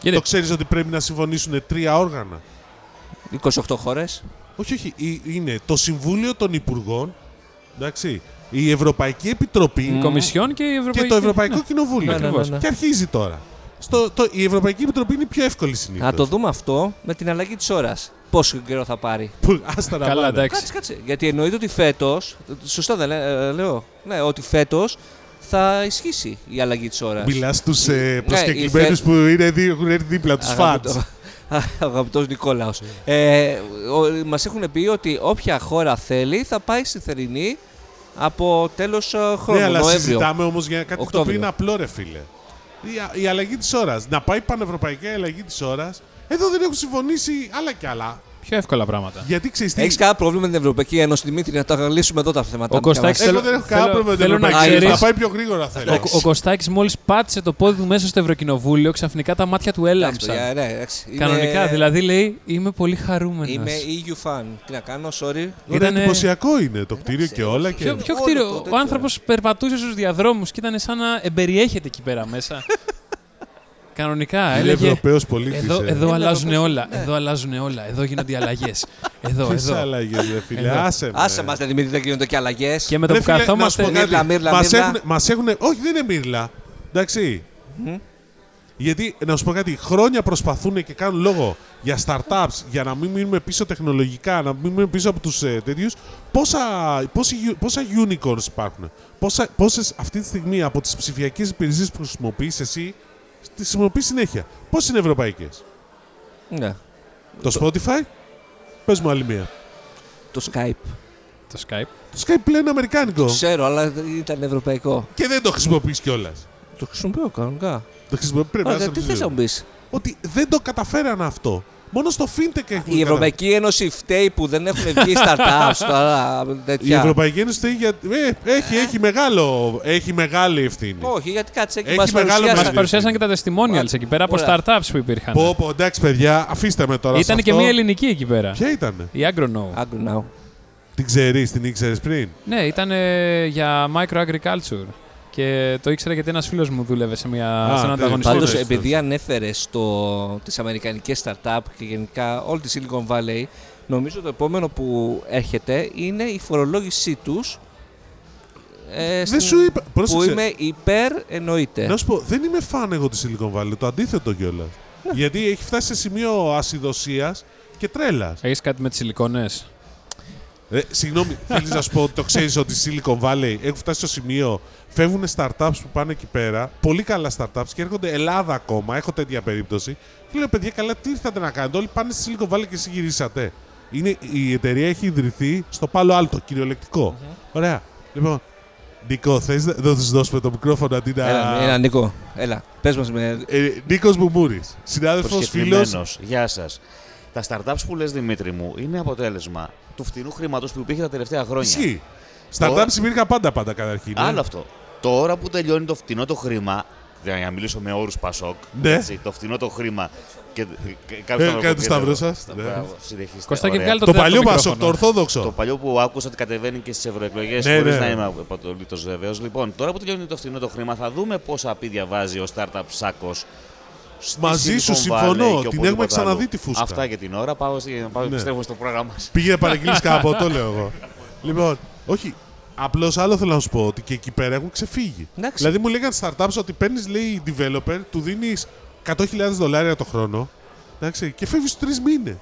B: Γιατί-
A: Το ξέρεις ότι πρέπει να συμφωνήσουν τρία όργανα.
C: 28 χώρες.
A: Όχι, όχι. ε, Είναι το Συμβούλιο των Υπουργών, εντάξει, η Ευρωπαϊκή Επιτροπή
B: Η Κομισιόν και η Ευρωπαϊκή.
A: και το Ευρωπαϊκό Κοινοβούλιο.
C: Ναι, ναι,
B: Ακριβώς.
C: ναι, ναι.
A: Και αρχίζει τώρα. Στο, το, η Ευρωπαϊκή Επιτροπή είναι η πιο εύκολη
C: Να το
A: συνήθω.
C: δούμε αυτό με την αλλαγή της ώρας. Πόσο καιρό θα πάρει.
A: Άστα να
B: Καλά,
A: πάνε.
B: εντάξει.
C: Κάτσε, κάτσε. Γιατί εννοείται ότι φέτος. Σωστά δεν λέ- ε, λέω. Ναι, ότι φέτος θα ισχύσει η αλλαγή της ώρας.
A: Μιλάς στους
B: Ναι,
A: ε,
C: η
A: προσκεκλημένου
C: Φε-
A: που είναι, δι- έχουν έρθει δίπλα, τους φαντ.
C: Αγαπητό Νικόλαο.
A: Ναι.
C: Ε, Μας έχουν πει ότι όποια χώρα θέλει θα πάει στη θερινή από τέλος χρόνου.
A: Ναι, αλλά
C: Νοέμβριο.
A: συζητάμε όμως για κάτι το οποίο
C: Οκτώβριο.
A: είναι απλό, ρε φίλε. Η, α- η αλλαγή της ώρας. Να πάει πανευρωπαϊκή αλλαγή της ώρας. Εδώ δεν έχουν συμφωνήσει άλλα κι άλλα.
B: Πιο εύκολα πράγματα.
A: Γιατί ξέρεις τι.
C: Έχεις κανένα πρόβλημα με την Ευρωπαϊκή Ένωση, Δημήτρη, να τα λύσουμε εδώ τα θέματα.
B: Ο Κωστάκης-
A: Εγώ
B: Θέλω-
A: δεν έχω κανένα
B: θέλω-
A: πρόβλημα με την
B: θέλω να
A: Ευρωπαϊκή Ένωση. Να
B: ξέρεις-
A: πάει πιο γρήγορα
B: Ο,
A: θέλω.
C: Εντάξει.
B: ο Κωστάκης μόλις πάτησε το πόδι του μέσα στο Ευρωκοινοβούλιο, ξαφνικά τα μάτια του
C: Εντάξει,
B: έλαμψαν.
C: παιδιά, ναι, εντάξει. Είναι-
B: Κανονικά, δηλαδή λέει Είμαι πολύ χαρούμενος.
C: Είμαι EU fan. Τι να κάνω, sorry.
A: Είναι
B: Ήτανε-
A: εντυπωσιακό είναι το κτίριο και όλα. Και...
B: Ποιο, ποιο
C: Όλο το
B: κτίριο,
C: τέτοιο.
B: ο άνθρωπος περπατούσε στους διαδρόμους και ήταν σαν να εμπεριέχεται εκεί πέρα μέσα. Κανονικά,
A: Είναι ε.
B: έλεγε.
A: Ευρωπαίος πολίτης.
B: Εδώ, εδώ
C: Είναι
B: αλλάζουν
C: ε». Ευρωπαίος, Ναι.
B: όλα. Εδώ αλλάζουν όλα. Εδώ γίνονται οι αλλαγές. Εδώ,
A: Ποιε
B: εδώ.
A: αλλαγές, ρε φίλε.
B: Εδώ.
A: Άσε με.
C: Άσε μας, Δημήτρη, δεν γίνονται και αλλαγές.
B: Και με το που καθόμαστε.
C: κάτι. Μύρλα, μύρλα,
A: Μας
C: μύρλα.
A: έχουν, μας έχουνε- Όχι, δεν είναι μύρλα. Εντάξει. Γιατί, να σου πω κάτι, χρόνια προσπαθούν και κάνουν λόγο για startups, για να μην μείνουμε πίσω τεχνολογικά, να μην μείνουμε πίσω από τους ε, τέτοιους. Πόσα, πόσοι γιου- πόσα unicorns υπάρχουν, πόσα, πόσες αυτή τη στιγμή από τις ψηφιακές υπηρεσίες που χρησιμοποιείς εσύ, τις χρησιμοποιείς συνέχεια. Πόσες είναι ευρωπαϊκές.
C: Ναι.
A: Το Spotify, πες μου άλλη μία.
C: Το Skype.
B: Το Skype.
A: Το Skype πλέον είναι αμερικάνικο
C: Ξέρω, αλλά ήταν ευρωπαϊκό.
A: και δεν το χρησιμοποιείς κιόλας.
C: Το χρησιμοποιώ κανονικά.
A: Το χρησιμοποιείς, πρέπει Ε, να
C: Ωραία,
A: σε
C: τι θε
A: ψηφίζουν.
C: να μου πεις.
A: ότι δεν το καταφέραν αυτό. Μόνο στο fintech έχουν
C: Η Ευρωπαϊκή Ένωση φταίει που δεν έχουν βγει startups τώρα.
A: Η
C: Τέτοια.
A: Ευρωπαϊκή Ένωση θέλει για... ε, έχει, έχει, μεγάλο, έχει μεγάλη ευθύνη.
C: Όχι, γιατί κάτσε εκεί
A: Έχει
C: μας
A: μεγάλο
B: Μα
A: μερίδιο.
B: παρουσιάσαν και τα testimonials εκεί πέρα από
C: Ωραία.
B: startups που υπήρχαν.
A: Πω, πω, εντάξει παιδιά, αφήστε με τώρα
B: Ήταν
A: σε
B: και
A: αυτό.
B: μία ελληνική εκεί πέρα.
A: Ποια ήταν,
B: Η Agronow.
C: Now.
A: την ξέρεις, την ήξερες πριν.
B: Ναι, ήταν για micro agriculture. Και το ήξερα γιατί ένας φίλος μου δούλευε σε, μια,
A: Α,
B: σε έναν
A: τέλεια.
B: ανταγωνιστή.
A: Πάντως,
C: Πάντω,
B: τους.
A: Ωραία,
C: επειδή ανέφερες τις αμερικανικές startup και γενικά όλη τη Silicon Valley, νομίζω το επόμενο που έρχεται είναι η φορολόγησή τους.
A: δεν σου είπα,
C: Ε, Που
A: πρόσεξε,
C: είμαι υπέρ εννοείται.
A: να σου πω, δεν είμαι φαν εγώ της Silicon Valley, το αντίθετο κιόλας. Γιατί έχει φτάσει σε σημείο ασυδοσίας και τρέλας.
B: Έχεις κάτι με τις σιλικόνες.
A: Ε, συγγνώμη, θέλεις να σου πω ότι το ξέρεις ότι η Silicon Valley έχουν φτάσει στο σημείο. Φεύγουν startups που πάνε εκεί πέρα, πολύ καλά startups και έρχονται Ελλάδα ακόμα. Έχω τέτοια περίπτωση. Και λέω, παιδιά, καλά, τι ήρθατε να κάνετε. Όλοι πάνε στη Silicon Valley και εσύ γυρίσατε. Είναι, η εταιρεία έχει ιδρυθεί στο πάλο άλτο, κυριολεκτικό. Ωραία. Λοιπόν, Νίκο, θες να να τους δώσουμε το μικρόφωνο αντί να.
C: Έλα, έλα, Νίκο. Έλα. Πες μας με.
A: Ε, Νίκος Μπουμούρη, συνάδελφο, φίλο.
D: Προσκεκλημένος. Γεια σας. Τα startups που λες, Δημήτρη μου, είναι αποτέλεσμα του φτηνού χρήματος που υπήρχε τα τελευταία χρόνια.
A: Ισχύει. Startups υπήρχαν πάντα πάντα καταρχήν. ε.
D: Άλλο αυτό. Τώρα που τελειώνει το φτηνό το χρήμα. Για να μιλήσω με όρους Πασόκ.
A: Ναι.
D: έτσι, το φτηνό το χρήμα. Και, και-
A: Ε,
D: κάποιο άλλο
A: κάντε
D: κοκκινό.
A: σταυρό σας.
D: Στα-
A: Ναι.
D: μπράβο, συνεχίστε,
B: Κωστάκη,
D: ωραία.
B: βγάλε
A: Το παλιό
B: μικρόφωνο.
A: Πασόκ, το ορθόδοξο.
D: Το παλιό που άκουσα ότι κατεβαίνει και στις ευρωεκλογές,
A: Ναι,
D: ναι, χωρίς
A: ναι.
D: να είμαι απολύτως βέβαιος. Λοιπόν, τώρα που τελειώνει το φθηνό το χρήμα, θα δούμε πόσα πίδια βάζει ο startup σάκος.
A: Μαζί σου συμφωνώ. Την έχουμε ξαναδεί τη φούσκα.
D: Αυτά για την ώρα. Πάω, στη- πάω
A: Ναι.
D: πιστεύω στο πρόγραμμα μας.
A: Πήγε να παραγγείλει κάπου, το λέω εγώ. Λοιπόν, όχι. Απλώς άλλο θέλω να σου πω ότι και εκεί πέρα έχουν ξεφύγει.
C: Εντάξει.
A: Δηλαδή μου λέγανε startups ότι παίρνεις, λέει, developer, του δίνεις 100.000 δολάρια το χρόνο. Εντάξει, και φεύγεις τρεις μήνες.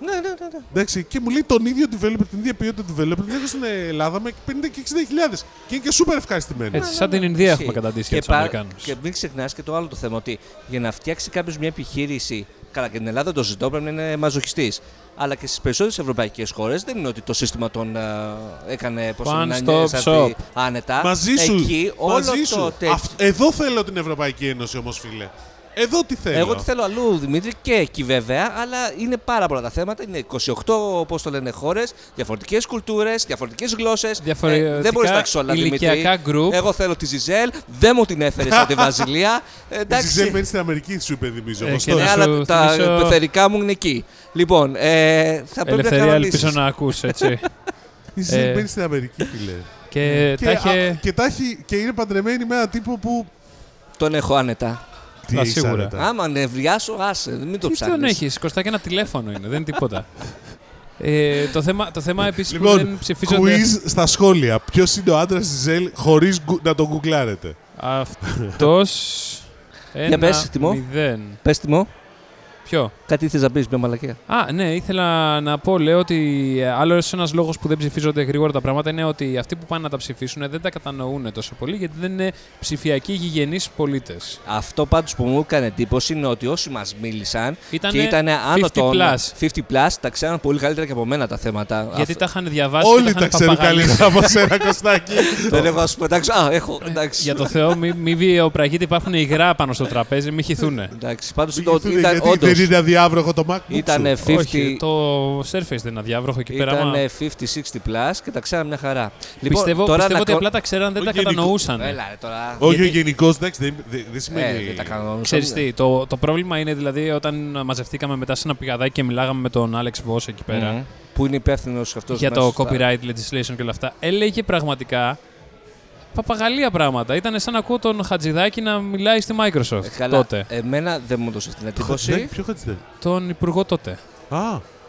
C: Ναι, ναι, ναι. ναι.
A: Εντάξει, και μου λέει τον ίδιο developer, την ίδια ποιότητα developer, την έχω στην Ελλάδα με 50 και 60.000. Και είναι και σούπερ ευχαριστημένο.
B: Έτσι, σαν την Ινδία έχουμε
C: Ναι, Ισχύει.
B: καταντήσει
C: Και
B: για τους
C: πα-
B: Αμερικάνους.
C: Και μην ξεχνάς και το άλλο το θέμα ότι για να φτιάξει κάποιος μια επιχείρηση. Καλά, και την Ελλάδα το ζητώ, πρέπει να είναι μαζοχιστής. Αλλά και στις περισσότερες ευρωπαϊκές χώρες δεν είναι ότι το σύστημα τον ε, έκανε πώς
B: One
C: είναι, να
B: stop
C: νιώθει
B: shop.
C: άνετα.
A: Μαζί σου.
C: Εκεί όλο
A: μαζί
C: το
A: σου.
C: τέτοιο.
A: Αυτ- Εδώ θέλω την Ευρωπαϊκή Ένωση όμως, φίλε. Εδώ τι θέλω.
C: Εγώ τι θέλω αλλού, Δημήτρη, και εκεί βέβαια, αλλά είναι πάρα πολλά τα θέματα. Είναι 28, όπως το λένε, χώρες, διαφορετικές κουλτúρε, διαφορετικές γλώσσες.
B: Διαφορετικά
C: Ε, δεν μπορείς να έχει όλα, Δημήτρη.
B: ηλικιακά group.
C: Εγώ θέλω τη Ζιζέλ, δεν μου την έφερες από τη Βαζιλία. Ε,
A: Η Ζιζέλ
C: Εντάξει.
A: μένει στην Αμερική, σου υπενθυμίζω.
B: Ε,
A: όπως
B: και
A: τώρα.
C: Ναι,
B: Να
C: αλλά
B: σου
C: τα
B: θυμίσω-
C: πεθερικά μου είναι εκεί. Λοιπόν, ε, θα πρέπει να Ναι.
B: Ελευθερία,
C: κάνω
B: ελπίζω
C: λύσεις.
B: να ακούς, έτσι.
A: Η Ζιζέλ
B: Ε,
A: μένει στην Αμερική, φίλε.
B: και
A: Και,
B: τα
A: α,
B: είχε...
A: και, τα έχει- και είναι παντρεμένη με έναν τύπο που.
C: Τον έχω άνετα.
A: Τι
B: Α,
A: έχεις
B: σίγουρα.
A: άνετα.
C: Άμα νευριάσω, άσε, μην το
B: Τι
C: ψάχνεις.
B: τον έχεις, Κωστάκη, ένα τηλέφωνο είναι, δεν είναι τίποτα. Ε, το θέμα, το θέμα επίσης που δεν
A: Λοιπόν,
B: ψηφίζονται...
A: quiz στα σχόλια. Ποιος είναι ο άντρας της Ζέλ χωρίς να τον γκουγκλάρετε.
B: Αυτός... Ένα,
C: πες, Τιμό.
B: μηδέν.
C: Πες τι μου,
B: Ποιο?
C: κάτι ήθελες να πεις, μια μαλακία.
B: Α, ναι, ήθελα να πω, λέω ότι ε, άλλο ένας λόγος που δεν ψηφίζονται γρήγορα τα πράγματα είναι ότι αυτοί που πάνε να τα ψηφίσουν δεν τα κατανοούν τόσο πολύ γιατί δεν είναι ψηφιακοί γηγενείς πολίτες.
C: Αυτό πάντως που μου έκανε εντύπωση είναι ότι όσοι μας μίλησαν
B: Ήτανε
C: και ήταν άνω
B: 50
C: των
B: plus.
C: 50 plus, τα ξέραν πολύ καλύτερα και από μένα τα θέματα.
B: Γιατί
C: Αφ-
B: τα είχαν διαβάσει
A: Όλοι
B: και
A: τα
B: τα
A: ξέρουν
B: είχαν παπαγαλίσει.
A: καλύτερα από σένα, Κωστάκη.
C: Δεν έχω να σου πω, εντάξει, α, έχω, εντάξει.
B: Ε, Για το Θεό, μη, μη βιαιοπραγείτε, υπάρχουν υγρά πάνω στο τραπέζι, μη χυθούνε.
C: Εντάξει, πάντως
A: Μην
C: το,
A: κοιτούνται,
C: ήταν
A: γιατί
C: όντως,
A: Δεν είναι αδιάβροχο το MacBook. σου.
C: ήταν 50,
B: Όχι, το Surface δεν είναι αδιάβροχο εκεί πέρα.
C: ήταν
B: άμα-
C: 50-60 plus και τα ξέραν μια χαρά. Λοιπόν,
B: πιστεύω
C: τώρα
B: πιστεύω
C: να
B: ότι
C: κο-
B: απλά τα ξέραν, δεν
A: Ο
B: τα
A: γενικό-
B: κατανοούσαν.
C: Έλα ρε τώρα.
A: Όχι, ο
C: γιατί-
A: γενικός, εντάξει, δεν δεν- δεν
C: Ε,
A: σημαίνει.
C: δεν τα κανόνισα.
B: Ξέρεις τι, το, το πρόβλημα είναι δηλαδή όταν μαζευτήκαμε μετά σε ένα πηγαδάκι και μιλάγαμε με τον Άλεξ Βος εκεί πέρα.
C: Μμμ. Που είναι υπεύθυνος αυτός.
B: για το copyright legislation και όλα αυτά. Έλεγε πραγματικά παπαγαλία πράγματα. Ήταν σαν να ακούω τον Χατζηδάκη να μιλάει στη Microsoft
C: Ε,
B: τότε.
C: Εμένα δεν μου έδωσε την
A: Ναι,
C: εντύπωση.
A: Ποιο χατζηδέ.
B: Τον υπουργό τότε.
A: Α,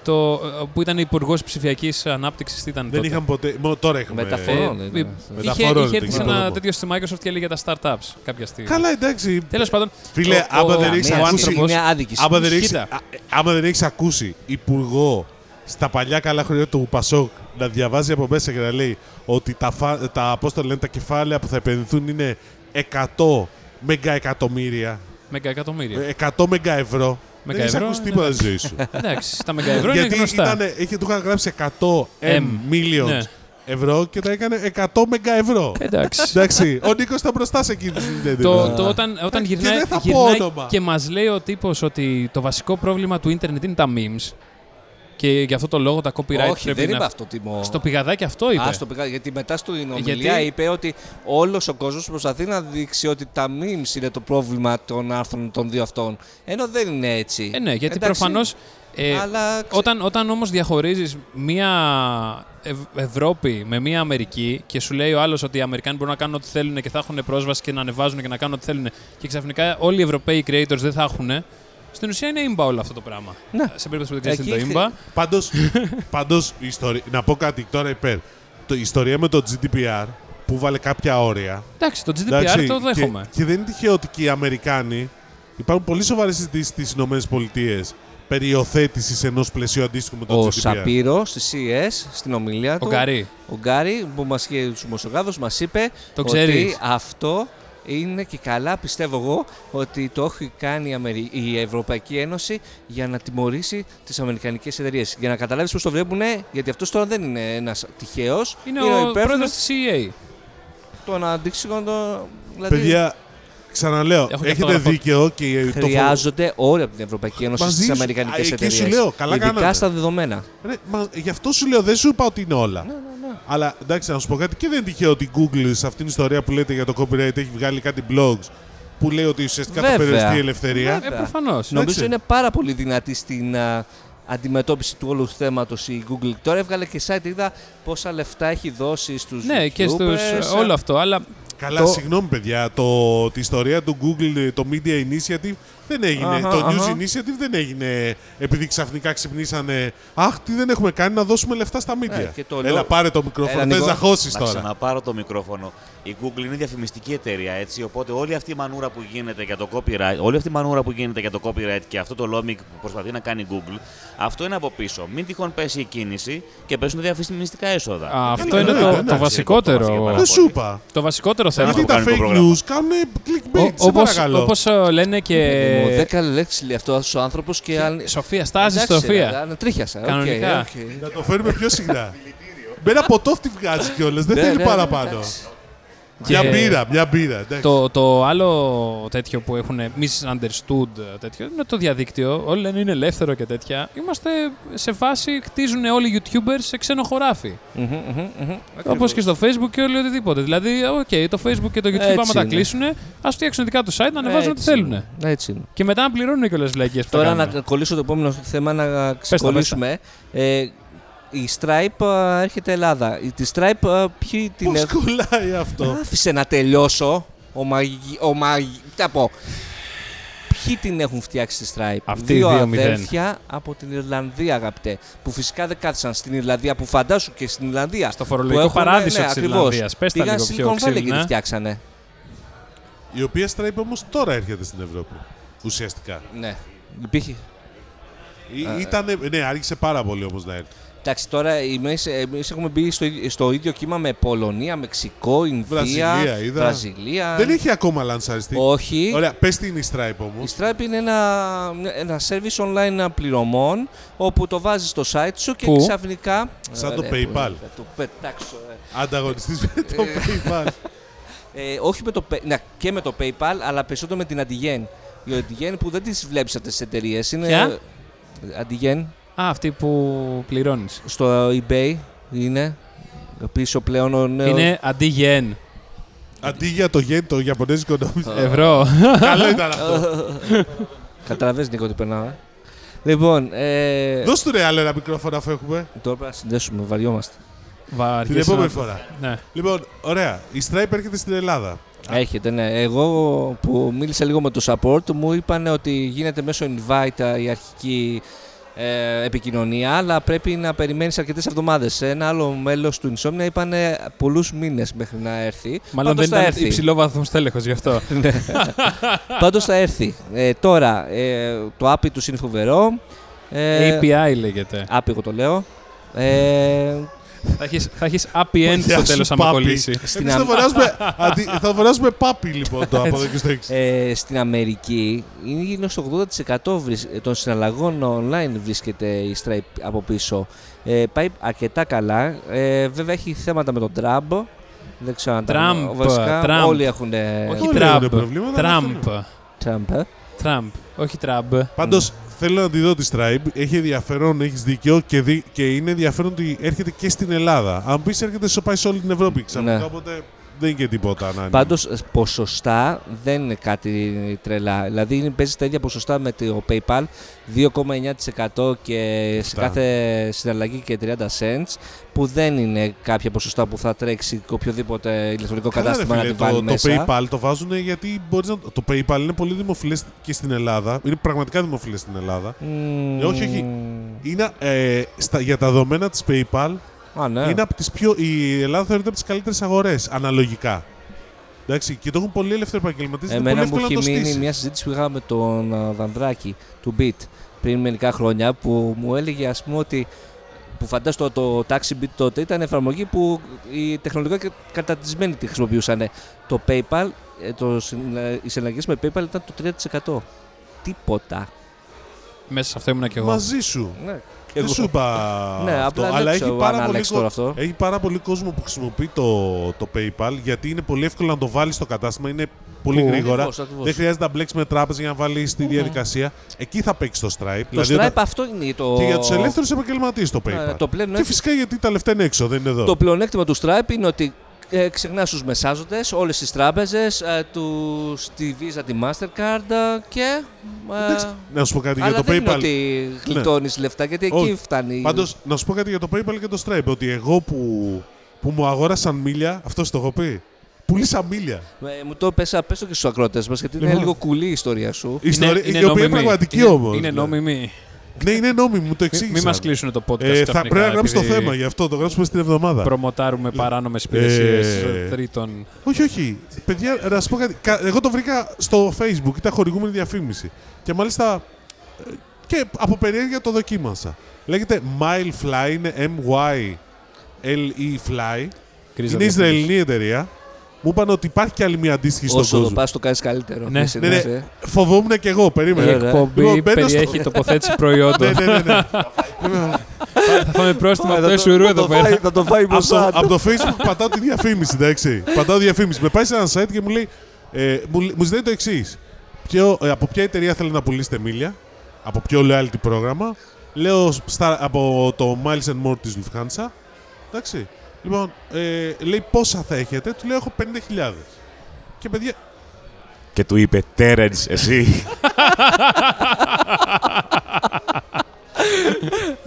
B: Το, ε, που ήταν υπουργός ψηφιακής ανάπτυξης, τι ήταν
A: δεν
B: τότε.
A: είχαμε ποτέ. Μόνο τώρα έχουμε.
C: Μεταφορά. Μεταφορών,
B: ε,
C: ήταν
B: ε,
C: αυτό.
B: είχε,
A: Μεταφορών
B: είχε
A: ήταν
B: έρθει
A: και
B: σε ένα
A: υποδομό.
B: τέτοιο στη Microsoft και έλεγε για τα startups κάποια στιγμή.
A: Καλά, εντάξει.
B: Τέλος πάντων.
A: Φίλε,
B: ο-
A: άμα
B: ο-
A: δεν έχεις
B: ο
A: ακούσει-
B: άνθρωπος-
C: Είναι άδικη.
A: Άμα δεν, έχεις,
B: Κοίτα.
A: α- άμα δεν έχεις ακούσει υπουργό στα παλιά καλά χρόνια του Πασόκ να διαβάζει από μέσα και να λέει ότι τα, φα- τα, πώς το λένε, τα κεφάλαια που θα επενδυθούν είναι 100 μεγαεκατομμύρια,
B: Μεγαεκατομμύρια.
A: 100 μεγαευρώ. Δεν έχεις
B: Μεγαευρώ,
A: ακούσει
B: ναι,
A: τίποτα στη ζωή σου.
B: Εντάξει, τα μεγαευρώ είναι
A: Γιατί
B: γνωστά.
A: ήταν, είχε, του είχαν γράψει 100 M,
B: M,
A: millions
B: ναι.
A: ευρώ και τα έκανε 100 μεγαευρώ.
B: Εντάξει.
A: Εντάξει, ο Νίκος ήταν μπροστά σε εκείνη τη
B: Το,
A: συνέντευξη.
B: το όταν, όταν
A: ε, Και
B: γυρνάει,
A: δεν θα πω
B: γυρνάει
A: όνομα.
B: και μας λέει ο τύπος ότι το βασικό πρόβλημα του ίντερνετ είναι τα memes και γι' αυτό το λόγο τα copyright
C: Όχι,
B: πρέπει
C: δεν
B: να...
C: είπα αυτό τιμό.
B: Στο πηγαδάκι αυτό είπε.
C: Α, στο πήγα, γιατί μετά στην ομιλία
B: Γιατί-
C: είπε ότι όλος ο κόσμος προσπαθεί να δείξει ότι τα memes είναι το πρόβλημα των άρθρων των δύο αυτών. Ενώ δεν είναι έτσι.
B: Ε, ναι, γιατί
C: Εντάξει,
B: προφανώς ε,
C: αλλά ξε-
B: όταν, όταν όμως διαχωρίζεις μία Ευ- Ευρώπη με μία Αμερική και σου λέει ο άλλος ότι οι Αμερικάνοι μπορούν να κάνουν ό,τι θέλουν και θα έχουν πρόσβαση και να ανεβάζουν και να κάνουν ό,τι θέλουν και ξαφνικά όλοι οι Ευρωπαίοι creators δεν θα έχουν. Στην ουσία είναι ίμπα όλο αυτό το πράγμα.
C: Ναι.
B: Σε περίπτωση που δεν ξέρεις τι
C: Εκεί
B: είναι το ίμπα.
A: Πάντως, πάντως η ιστορία, να πω κάτι τώρα υπέρ. Το, η ιστορία με το GDPR που βάλε κάποια όρια.
B: Εντάξει, το GDPR
A: εντάξει,
B: το
A: και-
B: δέχομαι.
A: Και, δεν είναι τυχαίο ότι και οι Αμερικάνοι υπάρχουν πολύ σοβαρές συζητήσεις στις ΗΠΑ περί υιοθέτησης ενός πλαισίου αντίστοιχου με το
C: Ο
A: GDPR.
C: Σαπύρο στη CES, στην ομιλία του.
B: Ο Γκαρί.
C: Ο Γκάρι, που μας είχε δημοσιογράφο, μας είπε
B: Το
C: ότι
B: ξέρεις.
C: αυτό είναι και καλά, πιστεύω εγώ, ότι το έχει κάνει η, Αμερι- η Ευρωπαϊκή Ένωση για να τιμωρήσει τις αμερικανικές εταιρείες. Για να καταλάβεις πώς το βλέπουν, γιατί αυτός τώρα δεν είναι ένας τυχαίος.
B: Είναι, ο, πρόεδρος της CEA.
C: των αντίξυγων. των- Δηλαδή,
A: Παιδιά, ξαναλέω,
B: Έχω και αυτό
A: έχετε
B: γραφό.
A: δίκαιο και το φο-
C: χρειάζονται όρια από την Ευρωπαϊκή Ένωση
A: Μαζί
C: στις
A: σου.
C: αμερικανικές
A: Α, εκεί σου
C: εταιρείε.
A: λέω, καλά
C: Ειδικά
A: κάνατε.
C: στα δεδομένα.
A: Ρε, μα, γι' αυτό σου λέω, δεν σου είπα ότι είναι όλα.
B: Ναι,
A: Αλλά εντάξει, να σου πω κάτι. Και δεν είναι τυχαίο ότι η Google σε αυτήν την ιστορία που λέτε για το copyright έχει βγάλει κάτι blogs που λέει ότι ουσιαστικά θα
C: Βέβαια.
A: περιοριστεί η ελευθερία.
B: Ε, προφανώς.
C: Νομίζω είναι πάρα πολύ δυνατή στην α, αντιμετώπιση του όλου θέματος η Google. Τώρα έβγαλε και site, είδα πόσα λεφτά έχει δώσει στους
B: Ναι, και στους.
C: YouTubers.
B: Όλο αυτό. Αλλά
A: Καλά,
C: Το-
A: συγγνώμη παιδιά, το, τη ιστορία του Google, το Media Initiative δεν έγινε,
C: Αχα,
A: το News
C: αχα.
A: Initiative δεν έγινε επειδή ξαφνικά ξυπνήσανε «Αχ, τι δεν έχουμε κάνει, να δώσουμε λεφτά στα media».
C: Ε, και το
A: Έλα,
C: λέω-
A: πάρε το
C: Έλα,
A: μικρόφωνο, θες
C: Νικό.
A: να χώσεις
D: Να
A: τώρα.
D: ξαναπάρω το μικρόφωνο. Η Google είναι διαφημιστική εταιρεία, έτσι. Οπότε όλη αυτή η μανούρα που γίνεται για το copyright, όλη αυτή η μανούρα που γίνεται για το copyright και αυτό το lobbying που προσπαθεί να κάνει η Google, αυτό είναι από πίσω. Μην τυχόν πέσει η κίνηση και πέσουν διαφημιστικά έσοδα.
B: Α, αυτό
A: ναι,
B: είναι
A: ναι,
B: το,
A: εντάξει,
B: το
A: το
B: βασικότερο.
D: βασικό.
A: Δεν σου είπα.
B: Το βασικότερο θέμα.
A: Γιατί τα
D: κάνουμε
A: fake
D: πρόγραμμα.
A: news κάνουν clickbait, σε
B: Όπως
A: παρακαλώ.
B: όπως, ε, λένε
C: Μου
B: και.
C: δέκα λέξεις λέει αυτός ο άνθρωπος και αν...
B: Σοφία, στάζεις
C: Εντάξει,
B: Σοφία.
C: ρε, να τρίχιασα. οκ,
B: Κανονικά.
C: οκ.
A: Να το φέρουμε πιο συχνά. Με ένα ποτό τη βγάζει κιόλας, δεν
C: Ναι,
A: θέλει
C: ναι,
A: παραπάνω.
C: εντάξει.
A: Μια
B: Και-
A: μπύρα, μια μπύρα. εντάξει.
B: Το, το άλλο τέτοιο που έχουν misunderstood τέτοιο είναι το διαδίκτυο. Όλοι λένε είναι ελεύθερο και τέτοια. Είμαστε σε φάση χτίζουν όλοι οι YouTubers σε ξένο χωράφι. Όπω και στο Facebook και όλοι οτιδήποτε. Δηλαδή, οκ, το Facebook και το YouTube,
C: Έτσι
B: άμα τα
C: είναι.
B: κλείσουν, ας φτιάξουν δικά τους site να ανεβάζουν ό,τι θέλουν.
C: Έτσι είναι.
B: Και μετά να πληρώνουν και όλε τι βλακίε που
C: Τώρα
B: θα
C: να
B: κάνουν.
C: κολλήσω το επόμενο θέμα, να
B: πες τα.
C: ξεκολλήσουμε. Ε, η Stripe α, έρχεται Ελλάδα. Η- Τη Stripe α, ποιοι την
A: Πώς
C: έχουν.
A: κολλάει αυτό.
C: Άφησε να τελειώσω. Ο μαγι... Ο μαγι... Τι να πω. Ποιοι την έχουν φτιάξει στη Stripe.
B: Αυτοί οι
C: δύο
B: δύο μηδέν.
C: αδέρφια από την Ιρλανδία, αγαπητέ. Που φυσικά δεν κάθισαν στην Ιρλανδία, που φαντάσου και στην Ιρλανδία.
B: Στο
C: που
B: φορολογικό
C: έχουν-
B: παράδεισο της
C: ακριβώς.
B: Ιρλανδίας. Πες τα
C: Πήγαν
B: λίγο
C: στη
B: πιο
C: Silicon Valley και τη
B: ξύλινα.
C: φτιάξανε.
A: Η οποία Stripe όμως τώρα έρχεται στην Ευρώπη. Ουσιαστικά.
C: Ναι. Υπήρχε. Ε.
A: Ήταν, ναι, άρχισε πάρα πολύ όμως να έρθει.
C: Εντάξει, τώρα εμείς έχουμε μπει στο, ί- στο ίδιο κύμα με Πολωνία, Μεξικό, Ινδία,
A: Βραζιλία, είδα.
C: Βραζιλία.
A: Δεν έχει ακόμα λανσαριστεί.
C: Ε. Όχι.
A: Ωραία, πες τι είναι η Stripe όμως.
C: Η Stripe είναι ένα, ένα service online πληρωμών όπου το βάζεις στο site σου και
B: Πού?
C: ξαφνικά...
A: Σαν το
C: Ρε,
A: PayPal.
C: που- Θα το πετάξω. ε.
A: Ανταγωνιστής με το PayPal.
C: Ε, όχι με το, pay- ναι, και με το PayPal, αλλά περισσότερο με την Antigen. Η Antigen που δεν τις βλέπεις αυτές τις εταιρείες. Είναι
B: Ποια?
C: Antigen
B: Α, αυτή που πληρώνεις.
C: στο eBay είναι πίσω πλέον ο νέος...
B: Είναι αντί γεν.
A: Αντί για το γεν, το Ιαπωνέζικο
C: Ε,
A: νόμισμα.
B: Ευρώ.
A: Καλό ήταν αυτό.
C: Καταλαβαίνεις Νίκο τι περνάω. ε. Λοιπόν, ε,
A: Δώσ' του ρε άλλο ένα μικρόφωνο αφού έχουμε.
C: τώρα πρέπει να συνδέσουμε, βαριόμαστε.
B: Βαριέσαι
A: Την
B: να-
A: επόμενη φορά.
B: Ναι.
A: Λοιπόν, ωραία. Η Stripe έρχεται στην Ελλάδα.
C: Έρχεται, ναι. Εγώ που μίλησα λίγο με το support μου είπαν ότι γίνεται μέσω invite η αρχική ε, επικοινωνία, αλλά πρέπει να περιμένεις αρκετές εβδομάδες. Ένα άλλο μέλος του Insomnia είπαν ε, πολλούς μήνες μέχρι να έρθει.
B: Μάλλον
C: Πάντως
B: δεν
C: θα
B: ήταν
C: έρθει.
B: υψηλό βαθμό τέλεχο γι' αυτό.
A: Ναι.
C: Πάντως θα έρθει. Ε, τώρα, ε, το API του είναι φοβερό. Ε,
B: API λέγεται.
C: API εγώ το λέω. Ε,
B: θα έχεις- Θα έχεις APN
A: Γεια
B: στο
A: σου,
B: τέλος άμα
A: Πάπη.
B: κολλήσει.
A: Εμείς
C: Στην
A: θα
C: Α-
A: φορέσουμε, αντί, θα φορέσουμε πάπι λοιπόν το από εδώ και στο έξι.
C: Ε, στην Αμερική είναι γύρω στο 80% βρι- των συναλλαγών online βρίσκεται η Stripe από πίσω. Ε, πάει αρκετά καλά. Ε, βέβαια έχει θέματα με τον Τραμπ. Δεν ξέρω αν τα-
B: Τραμπ,
C: βασικά
B: Τραμπ.
C: όλοι έχουν ε,
B: Όχι
A: Όλοι
B: Τραμπ.
A: έχουν προβλήματα,
B: Τραμπ.
A: αυτό ναι.
C: Τραμπ. ε.
B: Τραμπ. Όχι Τραμπ.
A: Πάντως θέλω να τη δω τη Stripe. Έχει ενδιαφέρον, έχεις δίκιο και, δι- και είναι ενδιαφέρον ότι έρχεται και στην Ελλάδα. Αν πεις έρχεται, σου πάει σε όλη την Ευρώπη ξαφνικά.
C: Ναι.
A: Οπότε δεν είναι και τίποτα να είναι.
C: Πάντως ε, ποσοστά δεν είναι κάτι τρελά. Δηλαδή είναι- παίζει τα ίδια ποσοστά με το PayPal 2,9% και
A: Αυτά.
C: σε κάθε συναλλαγή και 30 cents που δεν είναι κάποια ποσοστά που θα τρέξει οποιοδήποτε ηλεκτρονικό
A: Καλά, ρε
C: κατάστημα να
A: φίλε,
C: την βάλει
A: το,
C: μέσα.
A: το PayPal το βάζουν γιατί μπορείς να. Το PayPal είναι πολύ δημοφιλές και στην Ελλάδα. Είναι πραγματικά δημοφιλές στην Ελλάδα.
C: Μμμ.
A: Ε, όχι, όχι. Είναι, ε, στα, για τα δεδομένα της PayPal,
C: Α, ναι.
A: είναι από τις πιο, η Ελλάδα θεωρείται από τις καλύτερες αγορές αναλογικά. Εντάξει, και το έχουν πολύ ελεύθερο επαγγελματίες. Είναι πολύ
C: Εμένα μου
A: εύκολο να το
C: έχει μείνει
A: στήσεις.
C: μια συζήτηση που είχα με τον α, Δανδράκη του Beat πριν μερικά χρόνια που μου έλεγε ας πούμε ότι που φαντάζομαι το, το Taxi Beat τότε ήταν εφαρμογή που οι τεχνολογικά κα- κατατισμένοι τη χρησιμοποιούσαν. Το PayPal, ε, το, συν- ε, οι συναλλαγές με PayPal ήταν το 3%. Τίποτα.
B: Μέσα σε αυτό ήμουνα κι εγώ.
A: Μαζί σου.
C: Ναι,
A: Δεν σου είπα
C: ναι
A: αυτό,
C: απλά
A: αλλά
C: δεν
A: έχει
C: ξέρω
A: πάρα,
C: αν
A: πολύ
C: άλλαξε
A: κο...
C: τώρα
A: Ε,
C: αυτό.
A: έχει πάρα πολύ κόσμο που χρησιμοποιεί το, το PayPal γιατί είναι πολύ εύκολο να το βάλεις στο κατάστημα, είναι πολύ
B: Πού?
A: γρήγορα.
C: Ακριβώς, ακριβώς.
A: Δεν χρειάζεται να μπλέξεις με τράπεζα για να βάλεις τη
C: Μμμ.
A: διαδικασία. Εκεί θα παίξεις το Stripe.
C: Το
A: δηλαδή,
C: Stripe
A: όταν-
C: αυτό είναι το...
A: Και για τους ελεύθερους επαγγελματίες το PayPal.
C: Ναι, το πλέον
A: Και φυσικά γιατί τα λεφτά είναι έξω, δεν είναι εδώ.
C: Το πλεονέκτημα του Stripe είναι ότι ε, ξεχνάς τους μεσάζοντες, όλες τις τράπεζες, ε, τους- τη Visa, τη Mastercard ε, και. ε,
A: Εντάξει, να σου πω κάτι για
C: αλλά
A: το
C: δεν είναι
A: PayPal. Ναι.
C: ότι γλιτώνεις λεφτά, γιατί εκεί
A: Όχι.
C: φτάνει.
A: Πάντως, να σου πω κάτι για το PayPal και το Stripe. Ότι εγώ που, που μου αγόρασαν μίλια, αυτός το έχω πει. Πούλησα μίλια.
C: Ε, μου το πέσα, πες το και στους ακρότε μας, γιατί είναι
A: Λοιπόν.
C: λίγο κουλή η ιστορία σου.
A: Η, ιστορία, η οποία είναι
B: νόμιμη.
A: πραγματική δηλαδή.
B: Είναι-
A: όμως.
B: Είναι νόμιμη.
A: Ναι, είναι νόμιμη, μου το
B: Μη-
A: εξήγησαν.
B: Μη μα κλείσουν το podcast.
A: Ε, θα
B: ξαφνικά,
A: πρέπει να γράψει το
B: επειδή
A: θέμα γι' αυτό, το γράψουμε στην εβδομάδα.
B: Προμοτάρουμε παράνομες υπηρεσίες
A: Ε,
B: τρίτων.
A: Όχι, όχι. Παιδιά, να σου πω κάτι. Κα- Εγώ το βρήκα στο Facebook, ήταν χορηγούμενη διαφήμιση. Και μάλιστα. ε, και από περιέργεια το δοκίμασα. Λέγεται Mile Fly, είναι M-Y-L-E Fly.
B: Κρίζα
A: Είναι
B: διαφήμιση.
A: Ισραηλινή εταιρεία. Μου είπαν ότι υπάρχει και άλλη μια αντίστοιχη στον
C: Όσο το
A: κόσμο.
C: πας, το κάνεις καλύτερο.
B: Ναι.
C: Εσύ,
A: Ναι,
C: ναι,
A: ναι, φοβόμουν και εγώ,
B: Η
A: περίμενα.
C: Ε, ρε.
B: εκπομπή
A: Λοιπόν, μπαίνω στο-
B: περιέχει τοποθέτηση
A: ναι,
B: προϊόντων.
A: ναι, ναι. ναι.
B: θα φάμε πρόστιμα από το
C: Ε, Θα
B: Εσουρού
C: θα
B: εδώ
C: το
B: πέρα.
C: φάει- Θα το φάει
A: από, το,
C: μπροστά του.
A: απ' το Facebook πατάω τη διαφήμιση, εντάξει. Πατάω διαφήμιση. Με πάει σε ένα site και μου λέει. Ε, μου, λέ- μου ζητάει το εξής. από ποια εταιρεία θέλετε να πουλήσετε μίλια, από ποιο reality πρόγραμμα. Λέω στα- από το Miles and More τη Lufthansa. Εντάξει. Λοιπόν, ε, λέει πόσα θα έχετε. Του λέω έχω 50.000. Και παιδιά,
D: Και του είπε Τέρενς, εσύ.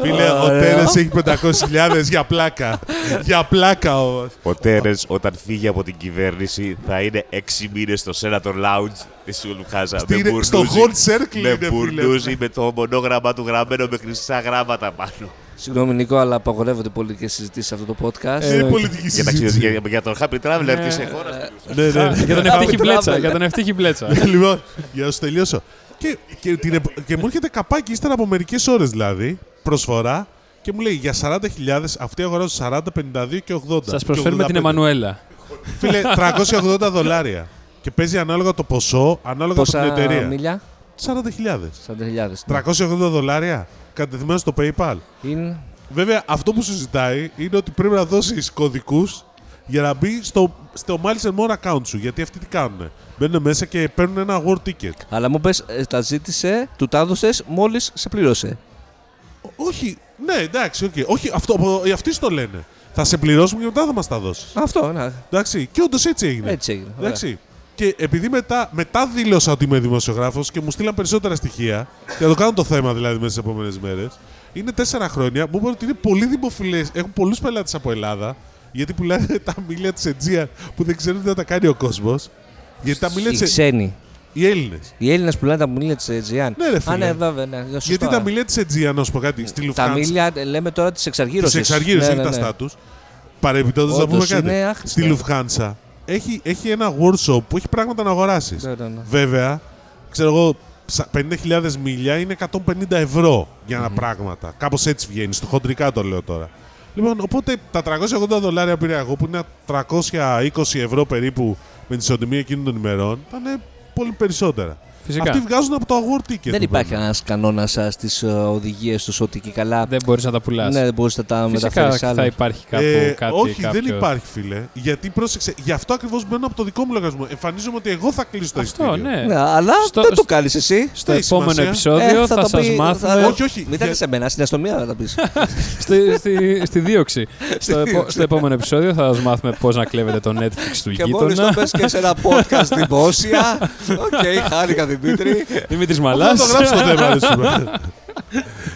A: φίλε, ο
C: Ωραία.
A: Τέρες έχει 500.000 για πλάκα. για πλάκα όμως.
D: Ο Τέρενς όταν φύγει από την κυβέρνηση θα είναι 6 μήνες στο Senator Lounge της Ουλουχάζα.
A: Τι είναι, στο hot circle
D: με
A: είναι, φίλε.
D: μπουρντούζει με το μονόγραμμα του γραμμένο με χρυσά γράμματα πάνω.
C: Συγγνώμη Νίκο, αλλά απαγορεύονται πολιτικές συζητήσεις σε αυτό το podcast. Ε,
A: Είναι πολιτική
D: για, τα,
A: συζήτηση.
D: για, για τον Happy Traveler
B: Ναι.
D: της χώρας.
A: Ναι, ναι, ναι.
B: Για τον ευτύχη
C: Πάμε
B: μπλέτσα.
C: τράβελα.
B: Για τον ευτύχη μπλέτσα.
A: λοιπόν, για να σου τελειώσω. Και, και, την, επο- και μου έρχεται καπάκι ύστερα από μερικές ώρες δηλαδή, προσφορά, και μου λέει για 40.000, αυτή αγοράζω 40, 52 και 80.
B: Σα
A: και
B: προσφέρουμε την
A: 85.
B: Εμμανουέλα.
A: Φίλε, 380 δολάρια. Και παίζει ανάλογα το ποσό, ανάλογα
C: Πόσα
A: από την εταιρεία.
C: μίλια, Ναι.
A: 40.000.
C: 40.000.
A: 380 δολάρια κατεθειμένο στο PayPal.
C: Είναι
A: Βέβαια, αυτό που σου ζητάει είναι ότι πρέπει να δώσεις κωδικούς για να μπει στο, στο Miles and More account σου. Γιατί αυτοί τι κάνουν. Μπαίνουν μέσα και παίρνουν ένα award ticket.
C: Αλλά μου πες, ε, τα ζήτησε, του τα έδωσες μόλις σε πλήρωσε.
A: Ό- Όχι, ναι, εντάξει, οκ. Όχι, αυτό, απο- οι αυτοί το λένε. Θα σε πληρώσουμε και μετά θα μας τα δώσεις.
C: Αυτό, ναι.
A: Εντάξει, και όντως έτσι έγινε.
C: Έτσι έγινε. Ωραία.
A: Εντάξει. Και επειδή μετά, μετά δήλωσα ότι είμαι δημοσιογράφος και μου στείλαν περισσότερα στοιχεία, και θα το κάνω το θέμα δηλαδή μέσα στις επόμενες μέρες, είναι τέσσερα χρόνια που είπαν ότι είναι πολύ δημοφιλές. Έχουν πολλούς πελάτες από Ελλάδα, γιατί πουλάνε τα μίλια της Αιτζίας που δεν ξέρουν τι να τα κάνει ο κόσμος. Γιατί τα μίλια
C: Οι
A: της.
C: ξένοι.
A: Οι Έλληνες.
C: Οι Έλληνες πουλάνε τα μίλια της Αιτζιάν.
A: Ναι, ρε, φίλε.
C: Α, ναι, βέβαια, ναι, σωστά.
A: Γιατί τα μίλια της Αιτζίας, να σου πω κάτι, στη
C: Τα
A: Λουφτάνσα.
C: μίλια ε, λέμε τώρα Ναι, της εξαργύρωσης.
A: Της εξαργύρωσης έχει τα στάτους. Παρεμπιπτόντως να
C: Όντως,
A: πούμε κάτι.
C: είναι άχρηστα.
A: Στη Λουφχάντσα έχει, έχει ένα workshop που έχει πράγματα να αγοράσεις.
C: Ναι, ναι, ναι.
A: Βέβαια, ξέρω εγώ, σα- 50.000 μιλιά είναι 150 ευρώ για ενα πράγματα. Κάπως έτσι βγαίνει. Στο χοντρικά το λέω τώρα. Λοιπόν, οπότε τα 380 δολάρια που πήρα εγώ, που είναι 320 ευρώ περίπου με τη ισοτιμία εκείνων των ημερών, ήταν πολύ περισσότερα.
B: Φυσικά.
A: Αυτοί βγάζουν από το award ticket.
C: Δεν
A: που
C: υπάρχει
A: παίρνουν.
C: ένας κανόνας στι οδηγίες τους ε, ότι και καλά.
B: Δεν μπορείς να τα πουλάς.
C: Ναι, δεν μπορείς να τα
B: Φυσικά
C: μεταφέρεις
B: και θα
C: άλλα.
B: υπάρχει κάπου
A: Ε,
B: κάτι.
A: όχι,
B: κάποιο.
A: δεν υπάρχει, φίλε. Γιατί πρόσεξε, γι' αυτό ακριβώς μπαίνω από το δικό μου λογαριασμό. Εμφανίζομαι ότι εγώ θα κλείσω το
B: Αυτό,
A: εισιτήριο.
B: ναι.
C: Ναι, αλλά
B: Στο-
C: δεν το
B: στο-
C: κάνεις εσύ.
B: Στο
A: έχει
B: επόμενο
A: Ναι, σημασία.
B: επεισόδιο
C: Ε,
B: θα,
C: το
B: σας
C: πει-
B: μάθουμε
A: Όχι, όχι,
C: Μην τα
A: για-
C: λες σε μένα, στην αστυνομία θα τα πεις.
B: στη, στη, στη δίωξη. στο, επο- στο επόμενο επεισόδιο θα σας μάθουμε πώς να κλέβετε το Netflix του
C: και μόλις
B: γείτονα.
C: το πες και σε ένα podcast δημόσια. Οκ, χάρηκα Δημήτρη.
B: Δημήτρης
A: Αυτό
B: Μαλάς.
A: θα το γράψει το θέμα, ρε, σήμερα.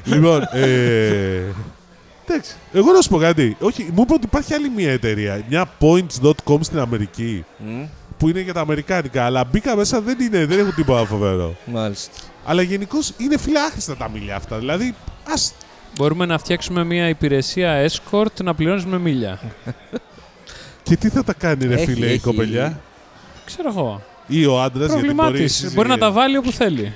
A: Λοιπόν, ε, Εντάξει. Εγώ να σου πω κάτι. Όχι, μου είπε ότι υπάρχει άλλη μια εταιρεία. Μια points.com στην Αμερική. Που είναι για τα Αμερικάνικα. Αλλά μπήκα μέσα, δεν είναι, δεν έχουν τίποτα φοβερό.
C: Μάλιστα.
A: Αλλά γενικώς είναι φίλε άχρηστα τα μίλια αυτά. Δηλαδή, ας
B: Μπορούμε να φτιάξουμε μια υπηρεσία escort να πληρώνεις με μίλια.
A: Και τι θα τα κάνει, ρε
C: Έχει,
A: φίλε, η
C: έχει.
A: κοπελιά.
B: Ξέρω εγώ.
A: Ή ο άντρας, γιατί
B: Πρόβλημά
A: μπορεί.
B: της. Μπορεί να τα βάλει όπου θέλει.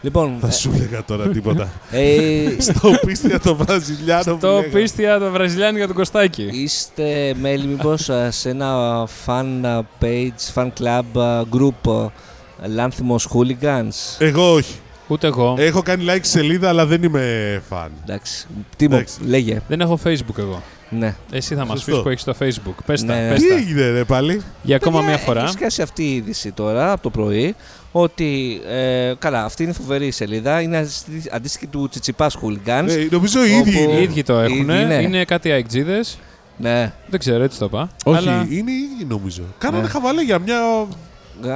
C: Λοιπόν,
A: Θα σου έλεγα τώρα τίποτα.
B: Ναι.
C: ε, ε,
A: Στο πίστια το Βραζιλιάνο που
B: Το
A: λέγαμε.
B: πίστια το βραζιλιάνι για τον Κωστάκη.
C: είστε μέλη μήπως ε, σε ένα fan ε, page, fan club ε, group ε, Λάνθιμος Hooligans.
A: Εγώ όχι.
B: Ούτε εγώ.
A: Έχω κάνει like στη σελίδα, αλλά δεν είμαι φαν.
C: Εντάξει. Τι μου,
A: Εντάξει.
C: λέγε.
B: Δεν έχω facebook εγώ.
C: Ναι.
B: Εσύ θα μας
A: Σωστό.
B: πεις που έχεις το facebook. Πες τα,
C: Ναι.
B: πες
A: Τι
B: τα.
A: έγινε, ρε πάλι.
B: Για ακόμα μια φορά.
C: Έχει σκάσει αυτή η είδηση τώρα από το πρωί ότι. Ε, καλά, αυτή είναι η φοβερή σελίδα. Είναι αστι- αντίστοιχη του Τσιτσιπάς Hooligans.
A: Ε, νομίζω οι ίδιοι
C: Όπου-
B: Οι
A: είναι.
B: ίδιοι το
C: Οι
B: έχουν.
C: ίδιοι, ναι.
B: Είναι κάτι αεκτζίδες.
C: Ναι.
B: Δεν ξέρω, έτσι το είπα.
A: Όχι,
B: Αλλά Ναι.
A: είναι οι ίδιοι νομίζω. Κάνανε χαβαλέ για μια.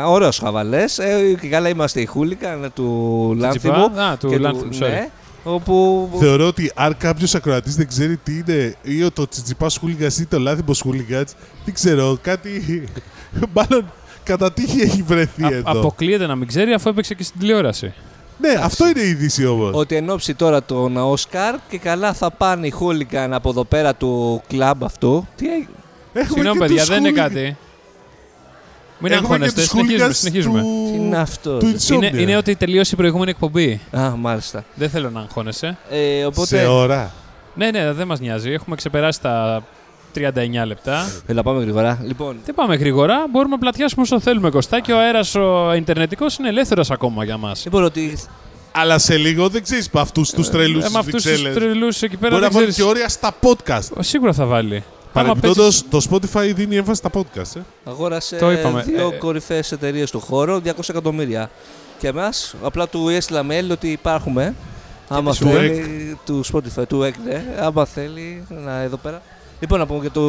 C: Ωραίος χαβαλές. Ε, και καλά είμαστε οι Hooligan του Λάνθιμου.
B: τσιπά. Α, του
C: και
B: Λάνθιμου, sorry.
C: ναι, όπου.
A: Θεωρώ ότι αν κάποιος ακροατής δεν ξέρει τι είναι ή ο- το τσιτσιπάς χούλιγκα ή το λάθιμο χούλιγκα, δεν ξέρω, κάτι. Μάλλον κατά τύχη έχει βρεθεί
B: α-
A: εδώ.
B: αποκλείεται να μην ξέρει αφού έπαιξε και στην τηλεόραση.
A: Ναι, αυτό είναι η είδηση όμως.
C: ότι εν ώψη τώρα τον Όσκαρ και καλά θα πάνε οι Χούλιγκαν από εδώ πέρα του κλαμπ αυτού. Τι έγινε.
B: Συγγνώμη, παιδιά, δεν είναι κάτι. Μην αγχώνεστε, συνεχίζουμε. συνεχίζουμε.
C: Τι είναι αυτό.
A: Του
C: ρε.
B: Είναι,
A: Insomnia.
B: είναι ότι τελείωσε η προηγούμενη εκπομπή.
C: Α, μάλιστα.
B: Δεν θέλω να αγχώνεσαι.
C: Ε,
A: Σε
C: οπότε.
A: ώρα.
B: Ναι, ναι, δεν μας νοιάζει. Έχουμε ξεπεράσει τα 39 λεπτά.
C: Έλα, πάμε γρήγορα. Λοιπόν,
B: Δεν πάμε γρήγορα. Μπορούμε να πλατιάσουμε όσο θέλουμε, Κωστά. Και ο αέρας ο Ιντερνετικός είναι ελεύθερος ακόμα για μας.
C: Λοιπόν, ότι
A: Αλλά σε λίγο δεν ξέρεις από αυτούς τους τρελού
B: Ε,
A: τη
B: με αυτούς τους τρελούς εκεί πέρα
A: Μπορεί να
B: δεν
A: βάλει και
B: ξέρεις.
A: όρια στα podcast.
B: Σίγουρα θα βάλει. Άμα
A: Παρεμπιπτόντω, το Spotify δίνει έμφαση στα podcast. Ε.
C: Αγόρασε
B: Το είπαμε.
C: δύο
B: Ε,
C: ε, κορυφαίες εταιρείες του χώρου, 200 εκατομμύρια. Και εμάς, απλά του έστειλα mail ότι υπάρχουμε. Άμα
A: της
C: θέλει. Του Spotify, του ΕΚ, ναι. Άμα θέλει, να εδώ πέρα. Λοιπόν, να πούμε και το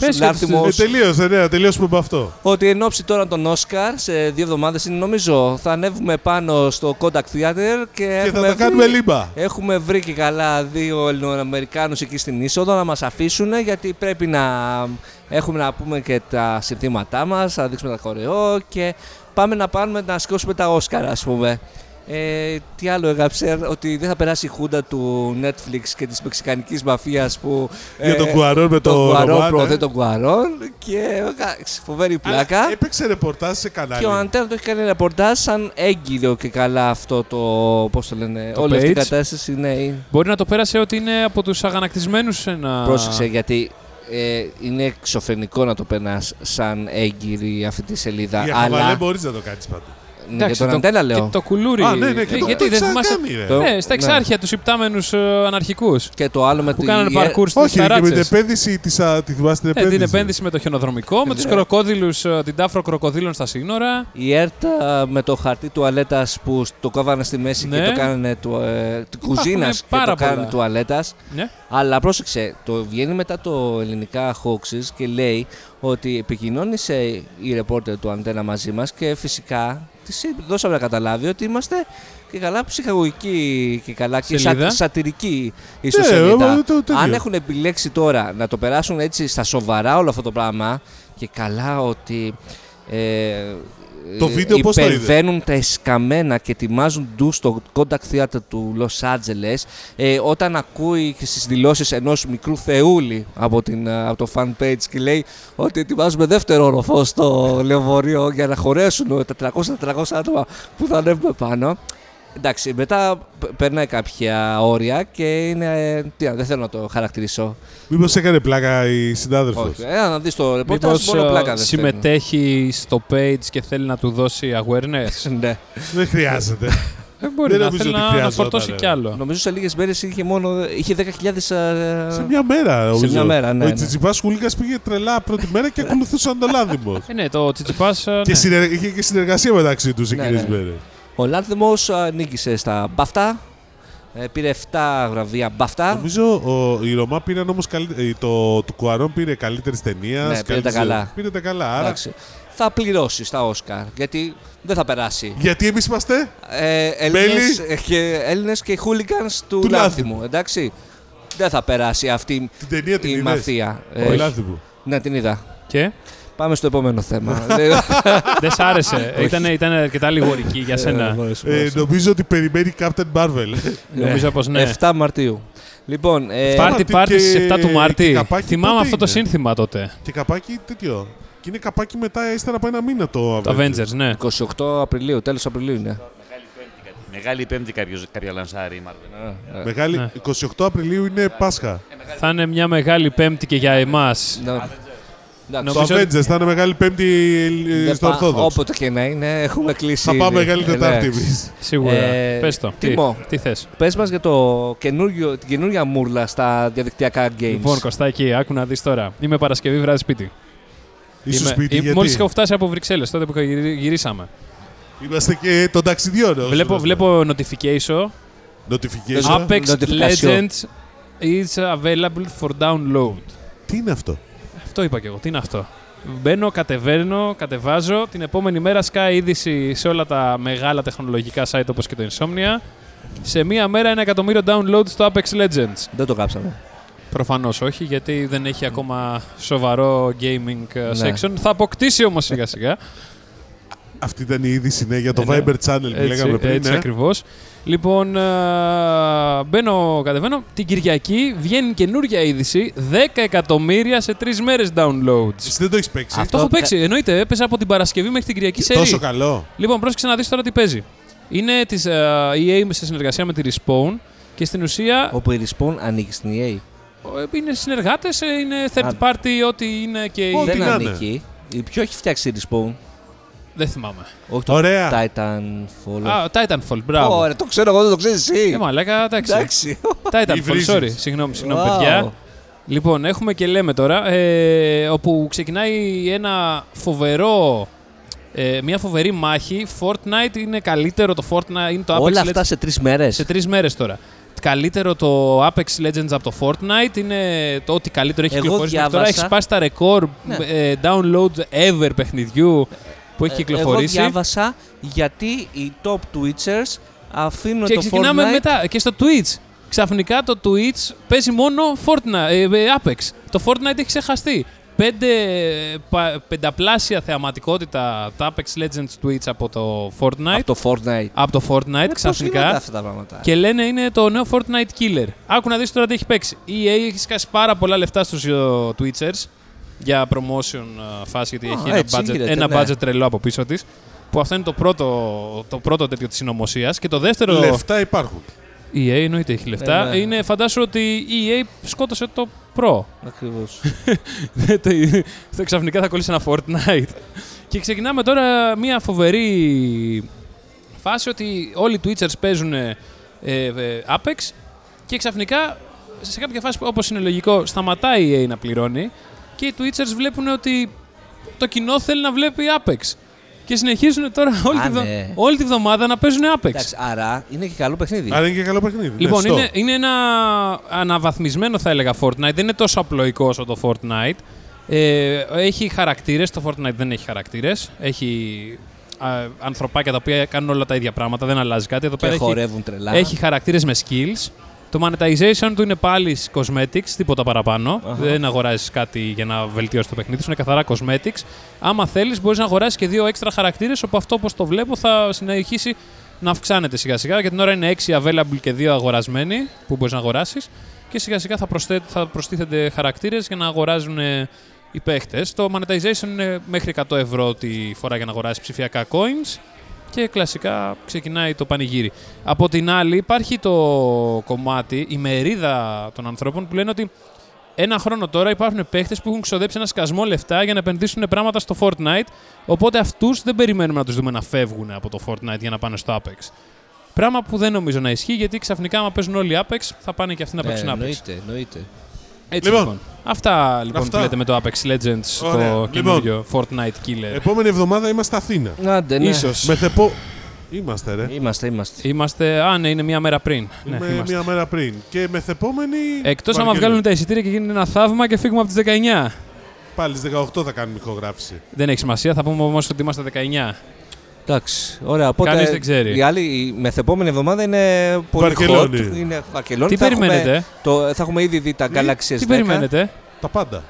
B: και
C: συνάρτημο
A: Ε,
B: τους-
C: ως-
A: τελείωσε, ναι, να τελειώσουμε με αυτό.
C: ότι εν ώψη τώρα των Όσκαρ σε δύο εβδομάδες είναι νομίζω. Θα ανέβουμε πάνω στο Contact Theater και,
A: Και θα τα
C: έχουμε βρει-
A: κάνουμε λίμπα.
C: Έχουμε βρει και καλά δύο Ελληνοαμερικάνους εκεί στην είσοδο να μας αφήσουν γιατί πρέπει να έχουμε να πούμε και τα συνθήματά μας, να δείξουμε τα χορεό και πάμε να πάμε να σηκώσουμε τα Όσκαρα ας πούμε. Ε, τι άλλο έγραψε, ότι δεν θα περάσει η χούντα του Netflix και της μεξικανικής μαφίας που...
A: Για τον Κουαρόν με τον Ρομάν,
C: Ε, Κουαρόν
A: ε.
C: προωθεί τον Κουαρόν και εντάξει, φοβερή
A: Αλλά
C: πλάκα.
A: Έπαιξε ρεπορτάζ σε κανάλι.
C: Και ο Αντένα το έχει κάνει ρεπορτάζ σαν έγκυρο και καλά αυτό το. Πώς το λένε,
B: Το
C: όλη αυτή η
B: page.
C: κατάσταση. Ναι, είναι-
B: Μπορεί να το πέρασε ότι είναι από τους αγανακτισμένους ένα.
C: Πρόσεξε γιατί ε, είναι εξωφρενικό να το περνάς σαν έγκυρη αυτή τη σελίδα.
A: Για
C: αλλά.
A: χαβαλέ μπορείς να το κάνεις πάντα.
C: Ναι,
B: Εντάξει,
C: για τον
B: το,
C: Αντένα λέω.
B: Και το κουλούρι.
A: Α, ναι, ναι, και
B: Ε,
A: το-
B: γιατί
A: το
B: δεν
A: ξανακάνει,
B: θυμάσαι.
A: ρε.
C: Το-
B: Ναι, στα
C: ναι.
B: εξάρχεια τους υπτάμενους αναρχικούς
C: Και το άλλο με
B: που
C: τη-
B: κάνανε
C: ε,
B: παρκούρ στις
A: Όχι, και με την
B: ταράτσες.
A: επένδυση της. Τη θυμάσαι την
B: Ε,
A: επένδυση. Ε,
B: την επένδυση με το χιονοδρομικό, με τους
C: Ναι.
B: κροκόδηλου, την τάφρο κροκοδίλων στα σύνορα.
C: Η ΕΡΤΑ με το χαρτί τουαλέτας που το κόβανε στη μέση
B: Ναι.
C: και το κάνανε του, ε, την κουζίνας και
B: πάρα
C: το κάνανε
B: πολλά.
C: τουαλέτας.
B: Ναι.
C: Αλλά πρόσεξε, το βγαίνει μετά το ελληνικά Hoaxes και λέει ότι επικοινώνησε η ρεπόρτερ του Αντένα μαζί μας και φυσικά της δώσαμε να καταλάβει ότι είμαστε και καλά ψυχαγωγική και καλά και
B: Σελίδα.
C: σα, σατυρική
A: ε,
C: ιστοσελίδα.
A: ε, το- τέτοιο.
C: Αν έχουν επιλέξει τώρα να το περάσουν έτσι στα σοβαρά όλο αυτό το πράγμα και καλά ότι ε,
A: Το
C: ε,
A: βίντεο πώς το είδες?
C: υπερβαίνουν τα εσκαμμένα και ετοιμάζουν ντου στο Contact Theater του Λος Άντζελες ε, όταν ακούει και στις δηλώσεις ενός μικρού θεούλη από, την, ε, από το fan page και λέει ότι ετοιμάζουμε δεύτερο όροφο στο λεωφορείο για να χωρέσουν 400-400 άτομα που θα ανέβουμε πάνω. Εντάξει, μετά π- περνάει κάποια όρια και είναι. ε, Τι, να- δεν θέλω να το χαρακτηρίσω.
A: Μήπως έκανε πλάκα η συνάδελφος.
C: Όχι. Ε, να δεις το ρεπορτάζ,
B: Μήπως,
C: μόνο
B: ε,
C: πλάκα δεν στέλνουν.
B: συμμετέχει στο page και θέλει να του δώσει awareness.
C: Ναι.
A: Δεν χρειάζεται.
B: Ε, μπορεί
A: Δεν
B: να
A: νομίζω
B: θέλει
A: ότι
B: να, να
A: χρειαζόταν,
B: φορτώσει
A: ε.
B: κι άλλο.
C: Νομίζω σε λίγες μέρες είχε μόνο. είχε 10.000. ε,
A: σε μια μέρα, νομίζω.
C: μια μέρα, ναι,
A: Ο
C: ναι.
A: Τσιτσιπάς Χούλικα πήγε τρελά πρώτη μέρα και ακολουθούσαν το λάδιμο.
B: Ε, ναι, το τσιτσιπάς, ε,
A: και
B: ναι.
A: συνεργα... είχε και συνεργασία μεταξύ τους
C: Ναι,
A: εκείνες
C: ναι.
A: μέρες.
C: Ο Λάνθιμος α, νίκησε στα μπαφτά. Ε, πήρε 7 βραβεία μπαφτά.
A: Νομίζω ο, οι Ρωμά πήραν όμω. ε, Το του Κουαρόν πήρε καλύτερης ταινίας.
C: Ναι, πήρε τα καλά.
A: Πήρε τα καλά. Άρα...
C: Εντάξει. Θα πληρώσεις στα Όσκαρ γιατί δεν θα περάσει.
A: Γιατί εμείς είμαστε.
C: Ε, Έλληνες, και, Έλληνες και χούλιγκανς του,
A: Του
C: Λάνθιμου, εντάξει. Δεν θα περάσει αυτή
A: Την ταινία την
C: η
A: είδες?
C: μαφία.
A: Ο
C: Ε,
A: Λάθιμου.
C: ναι, την είδα.
B: Και
C: Πάμε στο επόμενο θέμα. Ε,
B: δεν σ' άρεσε. Ήτανε, ήτανε αρκετά λιγορική για σένα.
A: Ε, νομίζω ότι περιμένει Captain Marvel.
B: Νομίζω πως ναι.
C: 7 Μαρτίου. Λοιπόν, ε,
A: Εφτά-
B: Πάρτι
A: ε, και-
B: πάρτι στις 7 του
A: και
B: Μάρτη.
A: καπάκι
B: Θυμάμαι
A: πότε
B: αυτό το
A: είναι?
B: σύνθημα τότε.
A: και καπάκι τέτοιο. Και είναι καπάκι μετά, ύστερα από ένα μήνα το
B: Το Avengers, ναι.
C: 28 Απριλίου, τέλος Απριλίου είναι.
D: Μεγάλη πέμπτη κάποιος, κάποια λανσάρη, μάλλον.
A: Μεγάλη,
B: Ναι. Ε,
A: 28 Απριλίου είναι Πάσχα.
B: Θα είναι μια μεγάλη πέμπτη και για εμάς.
C: Ναι. Εντάξει.
A: Το
B: Νομίζω
A: Avengers
B: ότι-
A: θα είναι μεγάλη Πέμπτη ε,
C: Δεν
A: στο
C: πά-
A: Ορθόδοξο.
C: Όποτε και να είναι, έχουμε κλείσει.
A: Θα πάμε
C: ήδη.
A: μεγάλη Τετάρτη
C: Εντάξει.
A: εμείς.
B: Σίγουρα.
C: Ε,
B: Πες το. Τι,
C: Τιμό.
B: τι θες.
C: Πες μας για το καινούργιο, την καινούργια μούρλα στα διαδικτυακά games.
B: Λοιπόν, Κωστάκη, άκου να δεις τώρα. Είμαι Παρασκευή βράδυ σπίτι.
A: Ίσως σπίτι, γιατί
B: Μόλις είχα φτάσει από Βρυξέλλες, τότε που είχα γυρι- γυρίσαμε.
A: είμαστε και των ταξιδιών. όσο
B: Βλέπω,
A: είμαστε.
B: βλέπω
A: δηλαδή?
B: notification.
A: Notification.
C: Ζω-
B: Apex
C: Notification.
B: Legends is available for download.
A: Τι είναι αυτό.
B: Αυτό είπα και εγώ. Τι είναι αυτό. Μπαίνω, κατεβαίνω, κατεβάζω. Την επόμενη μέρα σκάει είδηση σε όλα τα μεγάλα τεχνολογικά site όπως και το Insomnia. Σε μία μέρα ένα εκατομμύριο download στο Apex Legends.
C: Δεν το κάψαμε.
B: Προφανώς όχι, γιατί δεν έχει ακόμα σοβαρό gaming ε,
C: Ναι.
B: section. Θα αποκτήσει όμως σιγά σιγά.
A: Αυτή ήταν η είδηση ναι, για το
B: Ε, ναι.
A: Viber Channel που λέγαμε πριν.
B: έτσι
A: ναι.
B: ακριβώς. Λοιπόν, ε, μπαίνω, κατεβαίνω. Την Κυριακή βγαίνει καινούργια είδηση. 10 εκατομμύρια σε τρεις μέρες downloads.
A: Εσύ δεν το έχεις παίξει.
B: Αυτό έχω παίξει. Εννοείται, έπαιζα από την Παρασκευή μέχρι την Κυριακή σε
A: Τόσο καλό.
B: Λοιπόν, πρόσεξε να δεις τώρα τι παίζει. Είναι της ε, EA σε συνεργασία με τη Respawn και στην ουσία
C: Όπου η Respawn ανήκει στην E EA.
B: ε, είναι συνεργάτες, ε, είναι third
C: Α.
B: party, ό,τι είναι και η
A: Ό,τι
C: δεν
A: να είναι.
C: ανήκει. Η ποιο έχει φτιάξει η Respawn.
B: Δεν θυμάμαι.
C: Όχι το
A: Ωραία.
C: Titanfall.
B: Α, Titanfall, μπράβο.
C: Ωραία, το ξέρω εγώ, δεν το ξέρεις
B: Ε,
C: εσύ.
B: μαλάκα, εντάξει.
C: Εντάξει.
A: Ή
B: Titanfall,
A: βρίζεις.
B: sorry. Συγγνώμη, συγγνώμη,
C: Wow.
B: παιδιά. Λοιπόν, έχουμε και λέμε τώρα, ε, όπου ξεκινάει ένα φοβερό, ε, μια φοβερή μάχη. Fortnite είναι καλύτερο το Fortnite, είναι το Apex
C: Όλα
B: Legends.
C: αυτά σε τρεις μέρες.
B: Σε τρεις μέρες τώρα. Καλύτερο το Apex Legends από το Fortnite είναι το ότι καλύτερο έχει
C: Εγώ
B: κυκλοφορήσει μέχρι τώρα.
C: διάβασα-
B: Έχει σπάσει τα ρεκόρ
C: Ναι.
B: ε, download ever παιχνιδιού που έχει κυκλοφορήσει.
C: Ε, Εγώ διάβασα γιατί οι top Twitchers αφήνουν
B: και
C: το Fortnite.
B: ξεκινάμε μετά και στο Twitch. Ξαφνικά το Twitch παίζει μόνο Fortnite, ε, ε, Apex. Το Fortnite έχει ξεχαστεί. Πέντε, ε, πα- πενταπλάσια θεαματικότητα τα Apex Legends Twitch από το Fortnite.
C: Από το Fortnite.
B: από το Fortnite
C: Ε, πώς
B: ξαφνικά.
C: γίνονται αυτά τα πράγματα.
B: Και λένε είναι το νέο Fortnite Killer. Άκου να δεις τώρα τι έχει παίξει. Η EA έχει σκάσει πάρα πολλά λεφτά στους ε, Twitchers για promotion ε, φάση, γιατί
C: Α,
B: έχει ένα,
C: έτσι
B: budget,
C: γίνεται,
B: ένα
C: ναι.
B: budget τρελό από πίσω της. Που αυτό είναι το πρώτο, το πρώτο τέτοιο της συνωμοσίας. Και το δεύτερο...
A: Λεφτά υπάρχουν.
B: Η EA εννοείται έχει λεφτά.
C: Ε, ναι.
B: Είναι, φαντάσου ότι η EA σκότωσε το Pro.
C: Ακριβώς.
B: Δεν το- θα- Ξαφνικά θα κολλήσει ένα Fortnite. και ξεκινάμε τώρα μια φοβερή φάση ότι όλοι οι Twitchers παίζουν ε, ε, Apex και ξαφνικά σε κάποια φάση, όπως είναι λογικό, σταματάει η EA να πληρώνει και οι Twitchers βλέπουν ότι το κοινό θέλει να βλέπει Apex. Και συνεχίζουν τώρα όλη,
C: Α,
B: τη, βδο-
C: ναι.
B: όλη τη βδομάδα να παίζουν Apex.
C: Εντάξει, άρα είναι και καλό παιχνίδι.
A: Άρα είναι και καλό παιχνίδι.
C: Ε,
A: Ναι,
B: Ε. Λοιπόν,
A: σωστό.
B: είναι, είναι ένα αναβαθμισμένο θα έλεγα Fortnite. Δεν είναι τόσο απλοϊκό όσο το Fortnite. Ε, έχει χαρακτήρες. Το Fortnite δεν έχει χαρακτήρες. Έχει α, ανθρωπάκια τα οποία κάνουν όλα τα ίδια πράγματα. Δεν αλλάζει κάτι. Εδώ
C: και
B: πέρα έχει,
C: χορεύουν τρελά.
B: έχει χαρακτήρες με skills. Το monetization του είναι πάλι cosmetics, τίποτα παραπάνω.
C: Αχα.
B: Δεν αγοράζεις κάτι για να βελτιώσεις το παιχνίδι σου, είναι καθαρά cosmetics. Άμα θέλεις, μπορείς να αγοράσεις και δύο έξτρα χαρακτήρες, όπου αυτό όπως το βλέπω θα συνεχίσει να αυξάνεται σιγά σιγά. Για την ώρα είναι 6 available και 2 αγορασμένοι που μπορείς να αγοράσεις. Και σιγά σιγά θα, προσθέ, θα προστίθενται χαρακτήρες για να αγοράζουν ε, οι παίχτες. Το monetization είναι μέχρι 100 ευρώ τη φορά για να αγοράσεις ψηφιακά coins. Και κλασικά ξεκινάει το πανηγύρι. Από την άλλη, υπάρχει το κομμάτι, η μερίδα των ανθρώπων που λένε ότι ένα χρόνο τώρα υπάρχουν παίχτες που έχουν ξοδέψει ένα σκασμό λεφτά για να επενδύσουν πράγματα στο Fortnite. Οπότε αυτούς δεν περιμένουμε να τους δούμε να φεύγουν από το Fortnite για να πάνε στο Apex. Πράγμα που δεν νομίζω να ισχύει γιατί ξαφνικά, άμα παίζουν όλοι Apex, θα πάνε και αυτοί να
C: Ναι,
B: παίξουν Apex.
C: εννοείται, εννοείται.
B: Έτσι
A: Ε, Λοιπόν.
B: λοιπόν. Αυτά λοιπόν
A: Αυτά.
B: που λέτε με το Apex Legends,
A: Ωραία.
B: το
A: Λοιπόν. Ε,
B: καινούριο Fortnite Killer.
A: Επόμενη εβδομάδα είμαστε Αθήνα.
C: Άντε, ναι.
B: Ίσως.
A: Μεθεπό... Είμαστε, ρε.
C: Είμαστε, είμαστε.
B: Είμαστε. Α, ναι, είναι μία μέρα πριν. Ναι,
A: Είμαι
B: είμαστε.
A: μία μέρα πριν. Και μεθεπόμενη.
B: Εκτός άμα
A: Βαργελή.
B: βγάλουν τα εισιτήρια και γίνει ένα θαύμα και φύγουμε από τις 19.
A: Πάλι στις 18 θα κάνουμε ηχογράφηση.
B: Δεν έχει σημασία, θα πούμε όμως ότι είμαστε 19.
C: Εντάξει, ωραία. Οπότε
B: Κανείς δεν ξέρει.
C: Η άλλη η μεθεπόμενη εβδομάδα είναι πολύ
A: Βαρκελόνη.
C: hot. Είναι Βαρκελόνη.
B: Τι
C: θα έχουμε
B: περιμένετε? ε?
C: Το, θα έχουμε ήδη δει τα Galaxy
B: Τι
C: S10.
B: περιμένετε,
A: Τα πάντα.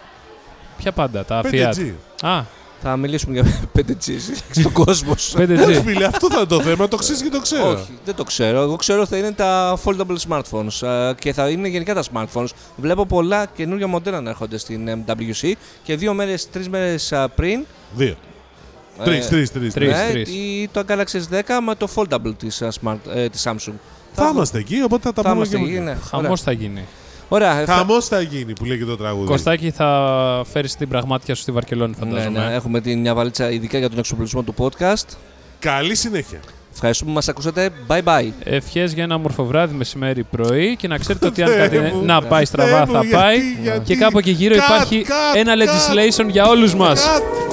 B: Ποια πάντα, τα Fiat.
A: 5G.
B: Α,
C: Θα μιλήσουμε για 5G στον κόσμο.
B: 5G.
A: Φίλε, αυτό θα είναι το θέμα. Το ξέρεις και το ξέρω.
C: Όχι, δεν το ξέρω. Εγώ ξέρω θα είναι τα foldable smartphones ε, και θα είναι γενικά τα smartphones. Βλέπω πολλά καινούργια μοντέλα να έρχονται στην MWC και δύο μέρες, τρεις μέρες ε, πριν
A: Δύο.
C: ε,
A: Τρεις, τρεις, τρεις.
B: τρεις.
C: ναι, η- το Galaxy S10 με το foldable της, ε, smart, ε, της Samsung.
A: Θα είμαστε εκεί, οπότε θα τα
C: Θα
A: πούμε
C: είμαστε
A: και
C: εκεί,
A: μετά.
C: ναι. Ωραία.
B: Χαμό θα γίνει.
C: Ωραία. ε,
B: ναι.
C: θα-
A: Χαμός θα γίνει που λέει και το τραγούδι.
B: Κωστάκι, θα φέρεις την πραγματιά σου στη Βαρκελόνη,
C: Ναι, ναι,
B: φαντάζομαι.
C: έχουμε την μια βαλίτσα ειδικά για τον εξοπλισμό του podcast.
A: Καλή συνέχεια.
C: Ευχαριστούμε που μας ακούσατε. Bye bye.
B: Ευχές για ένα όμορφο βράδυ, μεσημέρι, πρωί και να ξέρετε ότι αν
A: Θεέ
B: κάτι
A: μου.
B: να πάει στραβά
A: Θεέ μου,
B: θα πάει.
A: γιατί, γιατί.
B: Και κάπου εκεί γύρω
A: Cut,
B: υπάρχει
A: cut,
B: ένα
A: cut.
B: legislation για όλους μας.
A: Κάτι.